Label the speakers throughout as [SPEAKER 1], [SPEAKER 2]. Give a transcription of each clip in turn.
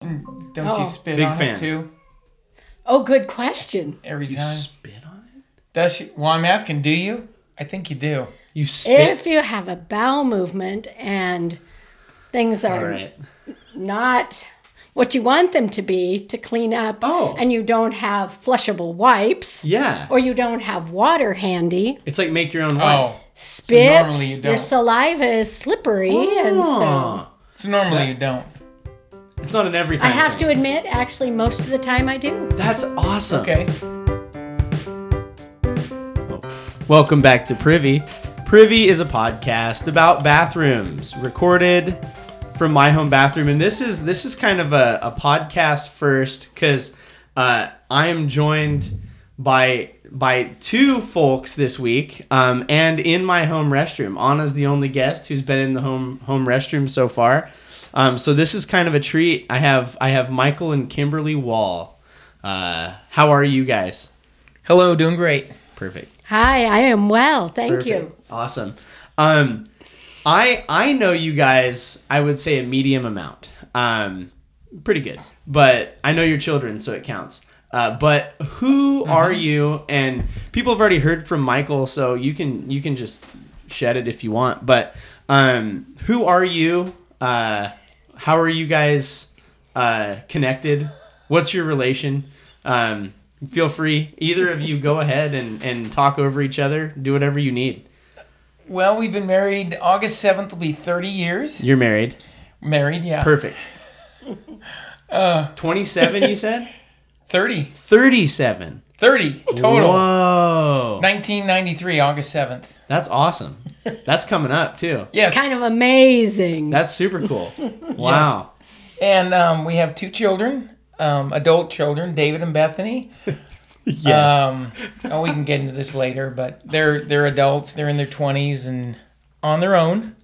[SPEAKER 1] Don't
[SPEAKER 2] Oh.
[SPEAKER 1] you spit
[SPEAKER 3] Big
[SPEAKER 1] on
[SPEAKER 3] fan.
[SPEAKER 1] it too?
[SPEAKER 2] Oh, good question.
[SPEAKER 1] Every
[SPEAKER 3] You
[SPEAKER 1] time.
[SPEAKER 3] spit on it?
[SPEAKER 1] Does she? Well, I'm asking. Do you? I think you do.
[SPEAKER 3] You spit.
[SPEAKER 2] If you have a bowel movement and things
[SPEAKER 3] All
[SPEAKER 2] are
[SPEAKER 3] right.
[SPEAKER 2] not what you want them to be to clean up,
[SPEAKER 3] Oh.
[SPEAKER 2] and you don't have flushable wipes,
[SPEAKER 3] Yeah.
[SPEAKER 2] or you don't have water handy,
[SPEAKER 3] It's like make your own wine.
[SPEAKER 1] Oh,
[SPEAKER 2] spit,
[SPEAKER 1] normally you
[SPEAKER 2] your
[SPEAKER 1] don't.
[SPEAKER 2] saliva is slippery, and so.
[SPEAKER 3] Oh.
[SPEAKER 1] so normally you don't.
[SPEAKER 3] It's not an every
[SPEAKER 2] I
[SPEAKER 3] time.
[SPEAKER 2] have to
[SPEAKER 3] thing.
[SPEAKER 2] admit, actually, most of the time I do.
[SPEAKER 3] That's awesome.
[SPEAKER 1] Okay.
[SPEAKER 3] Welcome back to Privy. Privy is a podcast about bathrooms, recorded from my home bathroom, and this is this is kind of a, a podcast first because uh, I am joined by by two folks this week, um, and in my home restroom. Anna's the only guest who's been in the home home restroom so far. Um, so this is kind of a treat. I have I have Michael and Kimberly Wall. Uh, how are you guys?
[SPEAKER 1] Hello, doing great.
[SPEAKER 3] Perfect.
[SPEAKER 2] Hi, I am well. Thank you.
[SPEAKER 3] Perfect. Awesome. Um, I I know you guys. I would say a medium amount. Um, pretty good. But I know your children, so it counts. Uh, but who
[SPEAKER 2] Mm-hmm.
[SPEAKER 3] are you? And people have already heard from Michael, so you can you can just shed it if you want. But um, who are you? Uh, how are you guys uh, connected? What's your relation? Um, feel free. Either of you go ahead and, and talk over each other. Do whatever you need.
[SPEAKER 1] Well, we've been married. August seventh will be thirty years.
[SPEAKER 3] You're married.
[SPEAKER 1] Married, yeah.
[SPEAKER 3] Perfect.
[SPEAKER 1] Uh,
[SPEAKER 3] 27, you said?
[SPEAKER 1] 30.
[SPEAKER 3] 37.
[SPEAKER 1] 30 total.
[SPEAKER 3] Whoa.
[SPEAKER 1] 1993, August 7th.
[SPEAKER 3] That's awesome. That's coming up, too.
[SPEAKER 1] Yes.
[SPEAKER 2] Kind of amazing.
[SPEAKER 3] That's super cool. Wow.
[SPEAKER 1] And um, we have two children, um, adult children, David and Bethany.
[SPEAKER 3] Yes.
[SPEAKER 1] Um, oh, we can get into this later, but they're they're adults. They're in their 20s and on their own.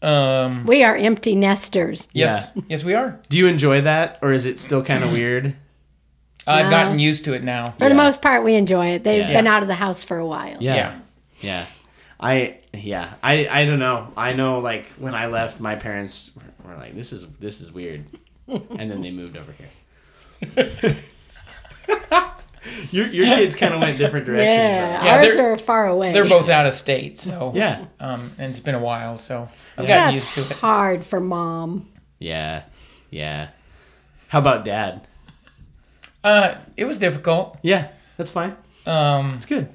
[SPEAKER 1] Um,
[SPEAKER 2] we are empty nesters.
[SPEAKER 1] yes. Yes, we are.
[SPEAKER 3] Do you enjoy that, or is it still kind of weird?
[SPEAKER 1] I've
[SPEAKER 2] No.
[SPEAKER 1] gotten used to it now.
[SPEAKER 2] For the most part, we enjoy it. They've
[SPEAKER 3] Yeah.
[SPEAKER 2] been out of the house for a while.
[SPEAKER 1] Yeah.
[SPEAKER 3] Yeah. I yeah I I don't know I know like when I left my parents were- were like this is this is weird and then they moved over here. your your kids kind of went different directions.
[SPEAKER 2] Yeah,
[SPEAKER 3] though.
[SPEAKER 1] Yeah,
[SPEAKER 2] ours
[SPEAKER 1] they're-
[SPEAKER 2] are far away.
[SPEAKER 1] They're both out of state, so
[SPEAKER 3] Yeah.
[SPEAKER 1] Um, and it's been a while, so I've gotten
[SPEAKER 2] That's
[SPEAKER 1] used to it.
[SPEAKER 2] hard for mom.
[SPEAKER 3] Yeah. Yeah. How about dad?
[SPEAKER 1] Uh, it was difficult.
[SPEAKER 3] Yeah, that's fine.
[SPEAKER 1] Um,
[SPEAKER 3] It's good.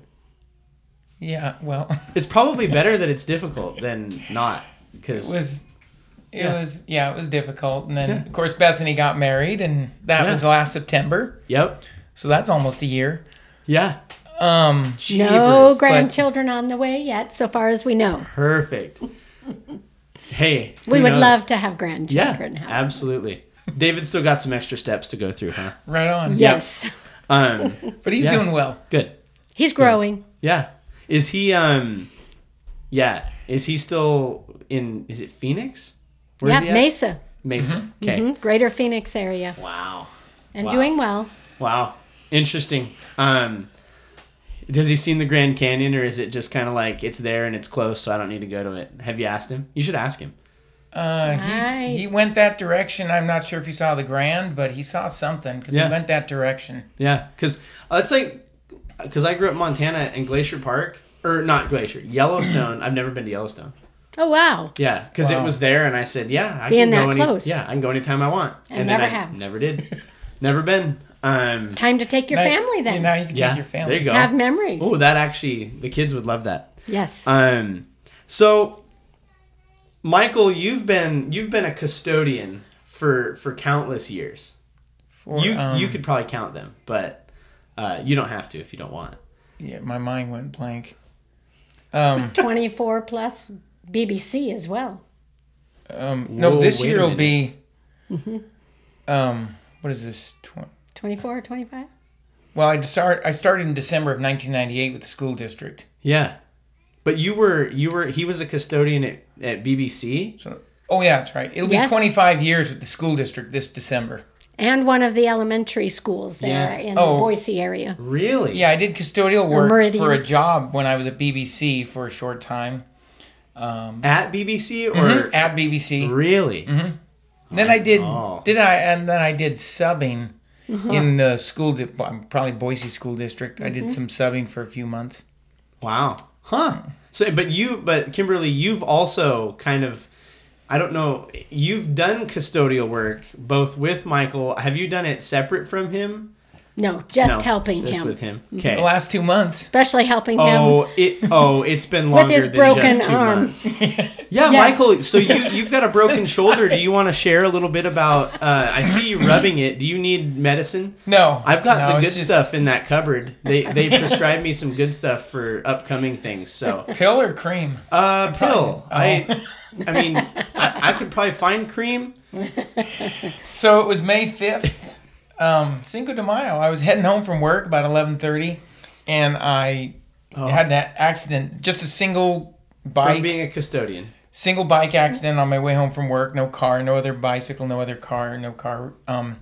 [SPEAKER 1] yeah, well.
[SPEAKER 3] It's probably better that it's difficult than not cuz
[SPEAKER 1] It was it
[SPEAKER 3] Yeah.
[SPEAKER 1] was yeah it was difficult and then of course bethany got married and that
[SPEAKER 3] Yeah.
[SPEAKER 1] was last september
[SPEAKER 3] Yep.
[SPEAKER 1] so that's almost a year
[SPEAKER 3] Yeah.
[SPEAKER 1] um
[SPEAKER 2] no
[SPEAKER 3] Jeepers.
[SPEAKER 2] grandchildren on the way yet, so far as we know.
[SPEAKER 3] Perfect. Hey,
[SPEAKER 2] We
[SPEAKER 3] who
[SPEAKER 2] would
[SPEAKER 3] knows?
[SPEAKER 2] love to have
[SPEAKER 3] Yeah,
[SPEAKER 2] grandchildren. however.
[SPEAKER 3] absolutely. David's still got some extra steps to go through, huh?
[SPEAKER 1] right on
[SPEAKER 2] Yes,
[SPEAKER 3] Um,
[SPEAKER 1] but he's
[SPEAKER 3] Yeah.
[SPEAKER 1] doing well
[SPEAKER 3] good.
[SPEAKER 2] he's growing.
[SPEAKER 3] Yeah. Is he? Um, yeah. Is he still in? Is it Phoenix? Where's
[SPEAKER 2] Yeah,
[SPEAKER 3] he at?
[SPEAKER 2] Mesa,
[SPEAKER 3] Mesa.
[SPEAKER 1] Mm-hmm.
[SPEAKER 3] Okay.
[SPEAKER 2] Mhm, Greater Phoenix area,
[SPEAKER 3] Wow.
[SPEAKER 2] and
[SPEAKER 3] Wow.
[SPEAKER 2] doing well.
[SPEAKER 3] Wow. Interesting. Um, has he seen the Grand Canyon, or is it just kind of like it's there and it's close, so I don't need to go to it? Have you asked him? You should ask him.
[SPEAKER 1] uh
[SPEAKER 2] Right.
[SPEAKER 1] he, he went that direction i'm not sure if he saw the grand but he saw something because
[SPEAKER 3] Yeah.
[SPEAKER 1] he went that direction
[SPEAKER 3] Yeah, because uh, it's like because I grew up in Montana and Glacier Park, or not Glacier, Yellowstone. I've never been to Yellowstone.
[SPEAKER 2] Oh wow!
[SPEAKER 3] Yeah, because it
[SPEAKER 1] Wow.
[SPEAKER 3] was there, and I said, "Yeah, I
[SPEAKER 2] Being
[SPEAKER 3] can go
[SPEAKER 2] that
[SPEAKER 3] any,
[SPEAKER 2] close.
[SPEAKER 3] Yeah, I can go anytime I want."
[SPEAKER 2] And never
[SPEAKER 3] I
[SPEAKER 2] have.
[SPEAKER 3] Never did. never been. Um,
[SPEAKER 2] Time to take your
[SPEAKER 1] Now-
[SPEAKER 2] family
[SPEAKER 1] yeah,
[SPEAKER 2] then.
[SPEAKER 1] now you can
[SPEAKER 3] yeah,
[SPEAKER 1] take your family
[SPEAKER 3] there you go.
[SPEAKER 2] have memories.
[SPEAKER 3] Oh, that actually, the kids would love that.
[SPEAKER 2] yes,
[SPEAKER 3] Um, so, Michael, you've been you've been a custodian for for countless years.
[SPEAKER 1] For,
[SPEAKER 3] you
[SPEAKER 1] um,
[SPEAKER 3] you could probably count them, but uh, you don't have to if you don't want.
[SPEAKER 1] yeah my mind went blank um
[SPEAKER 2] twenty-four plus BBC as well.
[SPEAKER 1] um no
[SPEAKER 3] Whoa,
[SPEAKER 1] this
[SPEAKER 3] wait a
[SPEAKER 1] year will
[SPEAKER 3] minute.
[SPEAKER 1] be um what is this twen-
[SPEAKER 2] Twenty-four or twenty-five?
[SPEAKER 1] Well, I start. I started in December of 1998 with the school district.
[SPEAKER 3] Yeah. But you were you were he was a custodian at, at BBC.
[SPEAKER 1] So, oh yeah, that's right. It'll
[SPEAKER 2] Yes.
[SPEAKER 1] be 25 years with the school district this December.
[SPEAKER 2] and one of the elementary schools there
[SPEAKER 3] Yeah.
[SPEAKER 2] in
[SPEAKER 1] Oh.
[SPEAKER 2] the Boise area.
[SPEAKER 3] Really?
[SPEAKER 1] Yeah, I did custodial work
[SPEAKER 2] Meridian.
[SPEAKER 1] for a job when I was at BBC for a short time. Um,
[SPEAKER 3] At BBC or
[SPEAKER 1] Mm-hmm. at BBC. Mm-hmm.
[SPEAKER 3] really?
[SPEAKER 1] Then I did
[SPEAKER 3] Oh. Uh-huh.
[SPEAKER 1] did I and then I did subbing in the school di- probably Boise school district. I
[SPEAKER 3] Mm-hmm.
[SPEAKER 1] did some subbing for a few months.
[SPEAKER 3] Wow. Huh. So, but you, but Kimberly, you've also kind of, I don't know, you've done custodial work both with Michael. Have you done it separate from him?
[SPEAKER 2] No, just
[SPEAKER 3] No,
[SPEAKER 2] helping
[SPEAKER 3] just
[SPEAKER 2] him. Mm-hmm.
[SPEAKER 3] with him. Okay.
[SPEAKER 1] The last two months.
[SPEAKER 2] Especially helping him.
[SPEAKER 3] Oh, it oh, it's been longer
[SPEAKER 2] his
[SPEAKER 3] than
[SPEAKER 2] broken
[SPEAKER 3] just two
[SPEAKER 2] arm.
[SPEAKER 3] months. Yeah, Michael. So you you've got a broken shoulder. Do you want to share a little bit about? Uh, I see you rubbing it. Do you need medicine?
[SPEAKER 1] No,
[SPEAKER 3] I've got
[SPEAKER 1] no,
[SPEAKER 3] the
[SPEAKER 1] it's
[SPEAKER 3] good
[SPEAKER 1] just
[SPEAKER 3] stuff in that cupboard. They they prescribed me some good stuff for upcoming things. So
[SPEAKER 1] Pill or cream?
[SPEAKER 3] Uh, pill.
[SPEAKER 1] probably-
[SPEAKER 3] I, I mean, I, I could probably find cream.
[SPEAKER 1] So it was May fifth, um, Cinco de Mayo. I was heading home from work about eleven thirty, and I had an a- accident. Just a single
[SPEAKER 3] Oh. From
[SPEAKER 1] bike,
[SPEAKER 3] being a custodian.
[SPEAKER 1] single bike accident on my way home from work. No car, no other bicycle, no other car, no car. Um,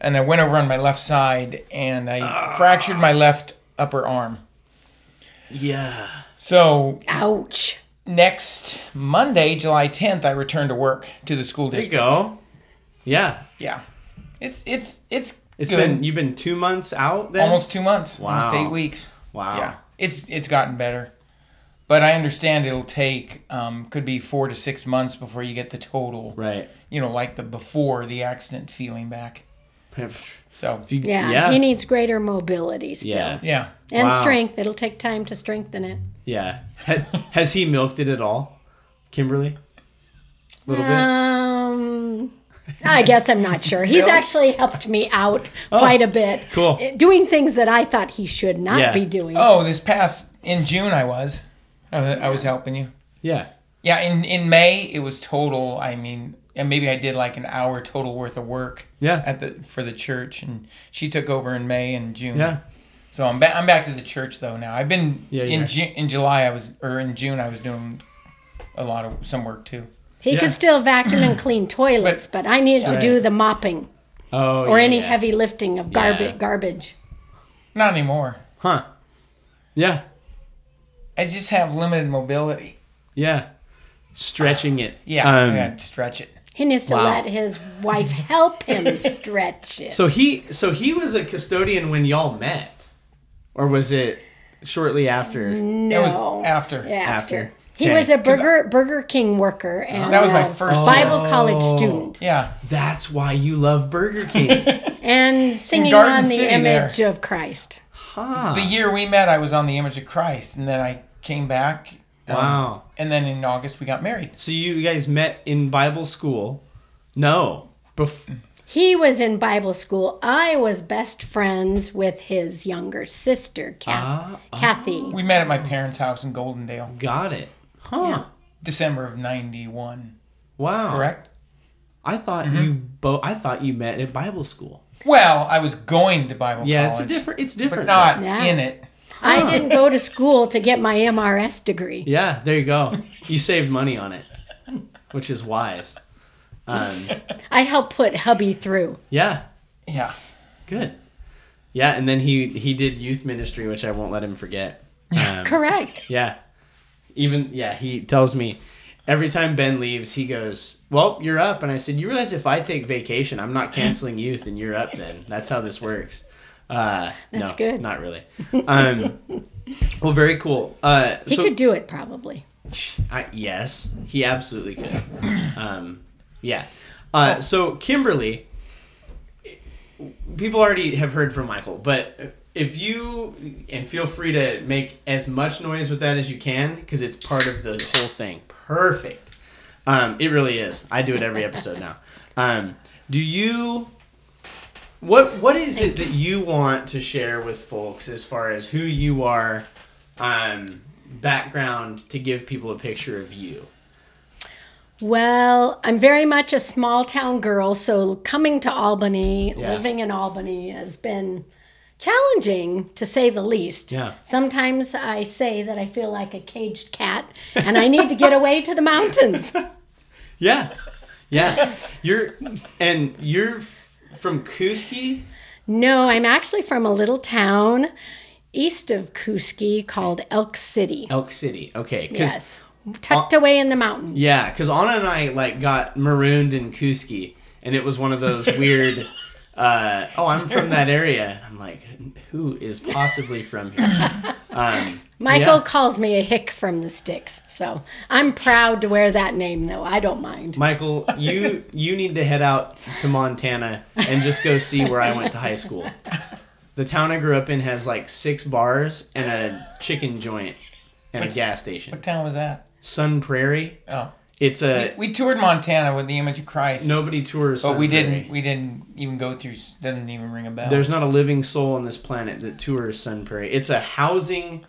[SPEAKER 1] and I went over on my left side, and I fractured my left upper arm.
[SPEAKER 3] Yeah.
[SPEAKER 1] So
[SPEAKER 2] Ouch.
[SPEAKER 1] next Monday, July tenth, I returned to work to the school
[SPEAKER 3] There you
[SPEAKER 1] district.
[SPEAKER 3] go. Yeah.
[SPEAKER 1] Yeah, it's it's it's
[SPEAKER 3] It's
[SPEAKER 1] good.
[SPEAKER 3] been you've been two months out then.
[SPEAKER 1] almost two months. Almost
[SPEAKER 3] Wow.
[SPEAKER 1] eight weeks.
[SPEAKER 3] Wow.
[SPEAKER 1] Yeah, it's it's gotten better, but I understand it'll take um, could be four to six months before you get the total.
[SPEAKER 3] Right.
[SPEAKER 1] You know, like the before the accident feeling back.
[SPEAKER 3] If
[SPEAKER 1] So
[SPEAKER 3] you-
[SPEAKER 2] Yeah,
[SPEAKER 3] Yeah.
[SPEAKER 2] He needs greater mobility still.
[SPEAKER 3] yeah.
[SPEAKER 1] yeah,
[SPEAKER 2] And
[SPEAKER 3] Wow.
[SPEAKER 2] strength. It'll take time to strengthen it.
[SPEAKER 3] Yeah. Ha- Has he milked it at all, Kimberly? A little bit.
[SPEAKER 2] Um, I guess I'm not sure. He's actually helped me out quite a bit.
[SPEAKER 3] Oh, cool.
[SPEAKER 2] Eh, Doing things that I thought he should not
[SPEAKER 3] Yeah.
[SPEAKER 2] be doing.
[SPEAKER 1] oh, this past in June I was, I, wa- I was helping you.
[SPEAKER 3] Yeah.
[SPEAKER 1] Yeah, in in May it was total. I mean, and maybe I did like an hour total worth of work.
[SPEAKER 3] Yeah.
[SPEAKER 1] At the for the church, and she took over in May and June.
[SPEAKER 3] Yeah.
[SPEAKER 1] So I'm back. I'm back to the church though now. I've been
[SPEAKER 3] Yeah, you
[SPEAKER 1] in
[SPEAKER 3] are.
[SPEAKER 1] Ju- in July. I was or in June. I was doing a lot of some work too.
[SPEAKER 2] he
[SPEAKER 3] yeah.
[SPEAKER 2] could still vacuum and clean toilets, but, I needed to
[SPEAKER 3] Right.
[SPEAKER 2] do the mopping
[SPEAKER 3] Oh.
[SPEAKER 2] or
[SPEAKER 3] yeah,
[SPEAKER 2] any
[SPEAKER 3] yeah.
[SPEAKER 2] heavy lifting of garb-
[SPEAKER 3] Yeah.
[SPEAKER 2] garbage.
[SPEAKER 1] Not anymore.
[SPEAKER 3] Huh. Yeah.
[SPEAKER 1] I just have limited mobility.
[SPEAKER 3] Yeah. Stretching it.
[SPEAKER 1] Yeah,
[SPEAKER 3] Um,
[SPEAKER 1] I gotta stretch it.
[SPEAKER 2] He needs to
[SPEAKER 3] Wow.
[SPEAKER 2] let his wife help him stretch it.
[SPEAKER 3] So he so he was a custodian when y'all met, or was it shortly after?
[SPEAKER 1] That
[SPEAKER 2] No.
[SPEAKER 1] was after.
[SPEAKER 2] after.
[SPEAKER 3] After.
[SPEAKER 2] He
[SPEAKER 3] Okay.
[SPEAKER 2] was a Burger Burger King worker and
[SPEAKER 1] That was my
[SPEAKER 2] a
[SPEAKER 1] first
[SPEAKER 2] Bible
[SPEAKER 3] job.
[SPEAKER 2] college
[SPEAKER 3] Oh.
[SPEAKER 2] student
[SPEAKER 1] Yeah.
[SPEAKER 3] That's why you love Burger King.
[SPEAKER 2] and singing
[SPEAKER 1] Garden
[SPEAKER 2] on the
[SPEAKER 1] City
[SPEAKER 2] image of Christ.
[SPEAKER 3] huh.
[SPEAKER 1] The year we met, I was on the Image of Christ, and then I came back. um,
[SPEAKER 3] wow.
[SPEAKER 1] And then in August we got married.
[SPEAKER 3] So you guys met in Bible school? No. Bef-
[SPEAKER 2] He was in Bible school. I was best friends with his younger sister,
[SPEAKER 3] Ah,
[SPEAKER 2] Kath- Kathy.
[SPEAKER 1] We met at my parents' house in Goldendale,
[SPEAKER 3] got it. Huh.
[SPEAKER 1] December of '91.
[SPEAKER 3] Wow.
[SPEAKER 1] Correct. Mm-hmm.
[SPEAKER 3] I thought you both. I thought you met at Bible school.
[SPEAKER 1] Well, I was going to Bible
[SPEAKER 3] Yeah,
[SPEAKER 1] college,
[SPEAKER 3] it's a different. It's
[SPEAKER 1] but
[SPEAKER 3] different.
[SPEAKER 1] not
[SPEAKER 2] Yeah.
[SPEAKER 1] in it.
[SPEAKER 2] I didn't go to school to get my MRS degree.
[SPEAKER 3] Yeah. There you go. You saved money on it, which is wise. Um,
[SPEAKER 2] I helped put hubby through.
[SPEAKER 3] yeah.
[SPEAKER 1] Yeah.
[SPEAKER 3] Good. Yeah, and then he he did youth ministry, which I won't let him forget. Um,
[SPEAKER 2] Correct.
[SPEAKER 3] Yeah. Even yeah, he tells me every time Ben leaves, he goes, "Well, you're up." And I said, "You realize if I take vacation, I'm not canceling youth, and you're up. Then that's how this works." Uh,
[SPEAKER 2] That's
[SPEAKER 3] no,
[SPEAKER 2] good.
[SPEAKER 3] Not really. Um, well, very cool. Uh,
[SPEAKER 2] He
[SPEAKER 3] so,
[SPEAKER 2] could do it probably.
[SPEAKER 3] I, yes, he absolutely could. Um, yeah. Uh, so Kimberly, people already have heard from Michael, but if you and feel free to make as much noise with that as you can because it's part of the whole thing. Perfect. Um, it really is. I do it every episode now. Um, do you? What What is it that you want to share with folks as far as who you are? um, background to give people a picture of you.
[SPEAKER 2] Well, I'm very much a small town girl, so coming to Albany,
[SPEAKER 3] Yeah.
[SPEAKER 2] living in Albany, has been challenging to say the least.
[SPEAKER 3] Yeah.
[SPEAKER 2] Sometimes I say that I feel like a caged cat and I need to get away to the mountains.
[SPEAKER 3] Yeah, yeah. You're and you're f- from Kuski.
[SPEAKER 2] No, I'm actually from a little town east of Kuski called Elk City.
[SPEAKER 3] Elk City. Okay, cause
[SPEAKER 2] Yes. Tucked away in the mountains.
[SPEAKER 3] yeah, because Anna and I like got marooned in Kuski, and it was one of those weird. Uh, oh, I'm from that area. I'm like, who is possibly from here? Um,
[SPEAKER 2] Michael
[SPEAKER 3] Yeah.
[SPEAKER 2] calls me a hick from the sticks, so I'm proud to wear that name, though. I don't mind.
[SPEAKER 3] Michael, you you need to head out to Montana and just go see where I went to high school. The town I grew up in has like six bars and a chicken joint and a gas station.
[SPEAKER 1] What town was that?
[SPEAKER 3] Sun Prairie.
[SPEAKER 1] Oh,
[SPEAKER 3] It's a
[SPEAKER 1] we toured Montana with the Image of Christ.
[SPEAKER 3] nobody tours.
[SPEAKER 1] but
[SPEAKER 3] Sun
[SPEAKER 1] we
[SPEAKER 3] Prairie.
[SPEAKER 1] didn't. We didn't even go through. s- Doesn't even ring a
[SPEAKER 2] Oh.
[SPEAKER 1] bell.
[SPEAKER 3] There's not a living soul on this planet that tours Sun Prairie. It's a housing.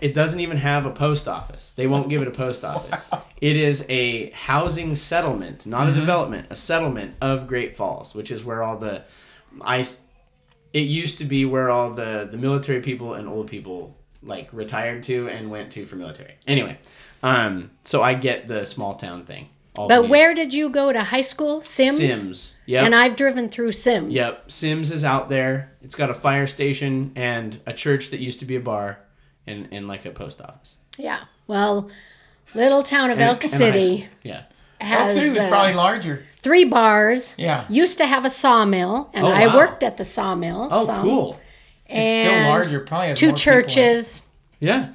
[SPEAKER 3] It doesn't even have a post office. They won't give it a post office. It is a housing settlement, not
[SPEAKER 2] Mm-hmm.
[SPEAKER 3] a development, a settlement of Great Falls, which is where all the ice. It used to be where all the the military people and old people like retired to and went to for military. Anyway, um, so I get the small town thing.
[SPEAKER 2] But where did you go to high school? Sims.
[SPEAKER 3] Sims? Yep.
[SPEAKER 2] And I've driven through Sims.
[SPEAKER 3] Yep, Sims is out there. It's got a fire station and a church that used to be a bar, and, and like a post office.
[SPEAKER 2] Yeah. Well, little town of
[SPEAKER 3] And-
[SPEAKER 2] Elk
[SPEAKER 3] and a high
[SPEAKER 2] City
[SPEAKER 3] school. Yeah.
[SPEAKER 1] Elk
[SPEAKER 2] has
[SPEAKER 1] City was
[SPEAKER 2] uh,
[SPEAKER 1] probably larger.
[SPEAKER 2] three bars.
[SPEAKER 1] Yeah.
[SPEAKER 2] Used to have a sawmill, and
[SPEAKER 3] Oh,
[SPEAKER 2] I
[SPEAKER 3] wow.
[SPEAKER 2] worked at the sawmill.
[SPEAKER 3] Oh,
[SPEAKER 2] some,
[SPEAKER 3] cool.
[SPEAKER 1] It's still
[SPEAKER 2] and
[SPEAKER 1] larger. Probably has
[SPEAKER 2] Two
[SPEAKER 1] more people in it.
[SPEAKER 2] churches.
[SPEAKER 3] Yeah.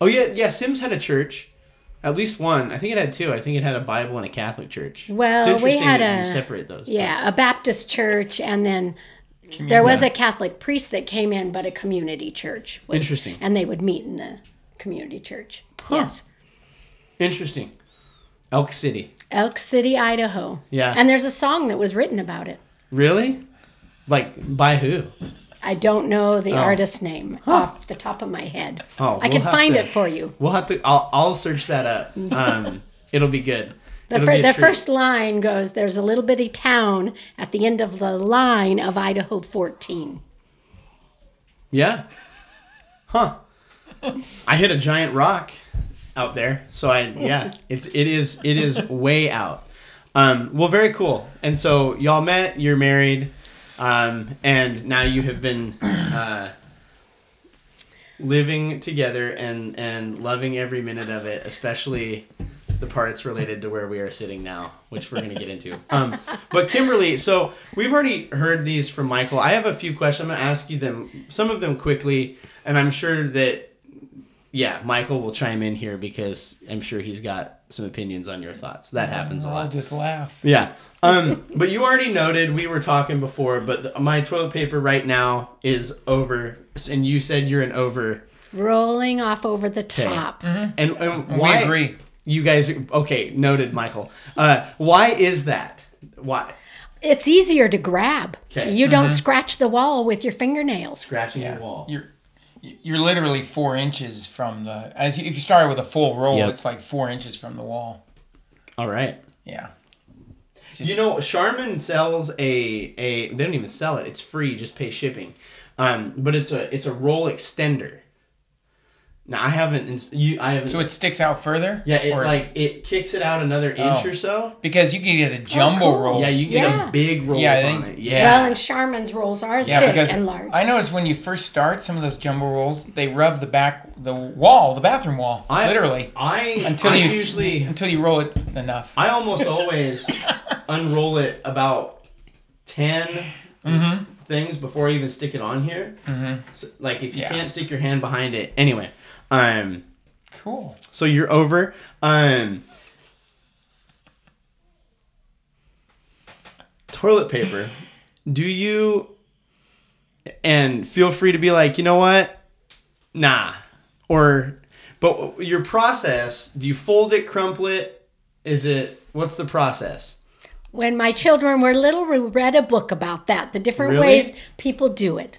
[SPEAKER 3] Oh yeah, yeah. Sims had a church, at least one. I think it had two. I think it had a Bible and a Catholic church.
[SPEAKER 2] Well, we had
[SPEAKER 3] that
[SPEAKER 2] a-
[SPEAKER 3] you separate those.
[SPEAKER 2] Yeah, a Baptist church, and then there was a Catholic priest that came in, but a community church. was-
[SPEAKER 3] Interesting.
[SPEAKER 2] And they would meet in the community church. Yes,
[SPEAKER 3] Interesting. Elk City.
[SPEAKER 2] Elk City, Idaho.
[SPEAKER 3] Yeah.
[SPEAKER 2] And there's a song that was written about it.
[SPEAKER 3] Really? Like by who?
[SPEAKER 2] I don't know the artist name off the top of my head.
[SPEAKER 3] Oh,
[SPEAKER 2] I can
[SPEAKER 3] we'll have
[SPEAKER 2] find
[SPEAKER 3] to-
[SPEAKER 2] it for you.
[SPEAKER 3] We'll have to. I'll, I'll search that up. Um, it'll be good.
[SPEAKER 2] The,
[SPEAKER 3] It'll
[SPEAKER 2] fir-
[SPEAKER 3] be a
[SPEAKER 2] the
[SPEAKER 3] treat.
[SPEAKER 2] first line goes, "There's a little bitty town at the end of the line of Idaho 14."
[SPEAKER 3] Yeah. Huh. I hit a giant rock out there. So I yeah, it's it is it is way out. Um well very cool. And so y'all met, you're married, um and now you have been uh living together and and loving every minute of it, especially the parts related to where we are sitting now, which we're going to get into. Um, but Kimberly, so we've already heard these from Michael. I have a few questions. I'm going to ask you them, some of them quickly, and I'm sure that, yeah, Michael will chime in here because I'm sure he's got some opinions on your thoughts. That happens a
[SPEAKER 1] I'll
[SPEAKER 3] lot.
[SPEAKER 1] just laugh.
[SPEAKER 3] Yeah. Um, but you already noted we were talking before, but the, my toilet paper right now is over, and you said you're an over.
[SPEAKER 2] Rolling off over the top.
[SPEAKER 3] And, and why?
[SPEAKER 1] Mm-hmm. We agree.
[SPEAKER 3] You guys, okay, noted, Michael. Uh, why is that? Why
[SPEAKER 2] It's easier to grab.
[SPEAKER 3] 'Kay.
[SPEAKER 2] You don't scratch the wall with your fingernails.
[SPEAKER 3] scratching the wall?
[SPEAKER 1] You're you're literally four inches from the as you, if you started with a full roll,
[SPEAKER 3] Yep.
[SPEAKER 1] it's like four inches from the wall.
[SPEAKER 3] All right.
[SPEAKER 1] Yeah.
[SPEAKER 3] You know, Charmin sells a a. They don't even sell it. It's free. Just pay shipping. Um, but it's a it's a roll extender. Now I haven't. ins- You I haven't.
[SPEAKER 1] So it sticks out further.
[SPEAKER 3] yeah, it
[SPEAKER 1] Or-
[SPEAKER 3] like it kicks it out another inch
[SPEAKER 1] Oh.
[SPEAKER 3] or so.
[SPEAKER 1] because you can get a jumbo
[SPEAKER 2] Oh, cool.
[SPEAKER 1] roll.
[SPEAKER 3] Yeah, you get
[SPEAKER 2] Yeah.
[SPEAKER 3] a big rolls
[SPEAKER 1] Yeah, they-
[SPEAKER 3] on it. Yeah.
[SPEAKER 2] Well, and Charmin's rolls are
[SPEAKER 1] Yeah,
[SPEAKER 2] thick
[SPEAKER 1] because
[SPEAKER 2] and large.
[SPEAKER 1] I noticed when you first start some of those jumbo rolls, they rub the back, the wall, the bathroom wall,
[SPEAKER 3] I-
[SPEAKER 1] literally
[SPEAKER 3] I
[SPEAKER 1] until
[SPEAKER 3] I
[SPEAKER 1] you
[SPEAKER 3] usually
[SPEAKER 1] until you roll it enough.
[SPEAKER 3] I almost always unroll it about 10
[SPEAKER 1] Mm-hmm.
[SPEAKER 3] things before I even stick it on here. Mm-hmm. So, like if you
[SPEAKER 1] Yeah.
[SPEAKER 3] can't stick your hand behind it. Anyway, um,
[SPEAKER 1] cool.
[SPEAKER 3] so you're over. Um, toilet paper. Do you? And feel free to be like, you know what? Nah. Or, but your process. Do you fold it, crumple it? Is it? What's the process?
[SPEAKER 2] when my children were little, we read a book about that, the different
[SPEAKER 3] Really?
[SPEAKER 2] ways people do it.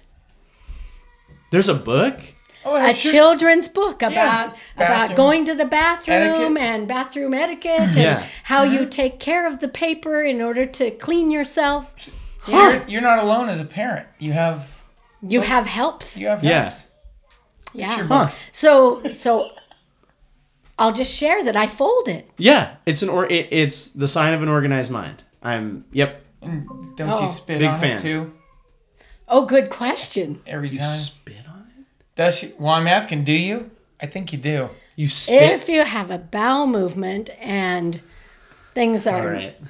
[SPEAKER 3] There's a book.
[SPEAKER 1] Oh, I'm
[SPEAKER 2] A
[SPEAKER 1] sure-
[SPEAKER 2] children's book about about
[SPEAKER 1] Bathroom.
[SPEAKER 2] going to the bathroom
[SPEAKER 1] Etiquette. Mm-hmm.
[SPEAKER 2] and bathroom etiquette and
[SPEAKER 3] Yeah.
[SPEAKER 2] how you take care of the paper in order to clean yourself.
[SPEAKER 1] you're, you're not alone as a parent. You have
[SPEAKER 2] You have helps.
[SPEAKER 1] you have
[SPEAKER 3] Yeah.
[SPEAKER 1] helps.
[SPEAKER 2] Yeah.
[SPEAKER 1] Your
[SPEAKER 3] Huh.
[SPEAKER 1] books.
[SPEAKER 2] So so I'll just share that I fold it.
[SPEAKER 3] Yeah, it's an or it, it's the sign of an organized mind. I'm yep.
[SPEAKER 1] Don't
[SPEAKER 2] Oh.
[SPEAKER 1] you spit
[SPEAKER 3] Big
[SPEAKER 1] on
[SPEAKER 3] fan.
[SPEAKER 1] it too
[SPEAKER 2] Oh, good question.
[SPEAKER 1] every
[SPEAKER 3] You
[SPEAKER 1] time?
[SPEAKER 3] spit on it.
[SPEAKER 1] Does she, well, I'm asking, do you? I think you do.
[SPEAKER 3] You spit.
[SPEAKER 2] If you have a bowel movement and things
[SPEAKER 3] All
[SPEAKER 2] are
[SPEAKER 3] right.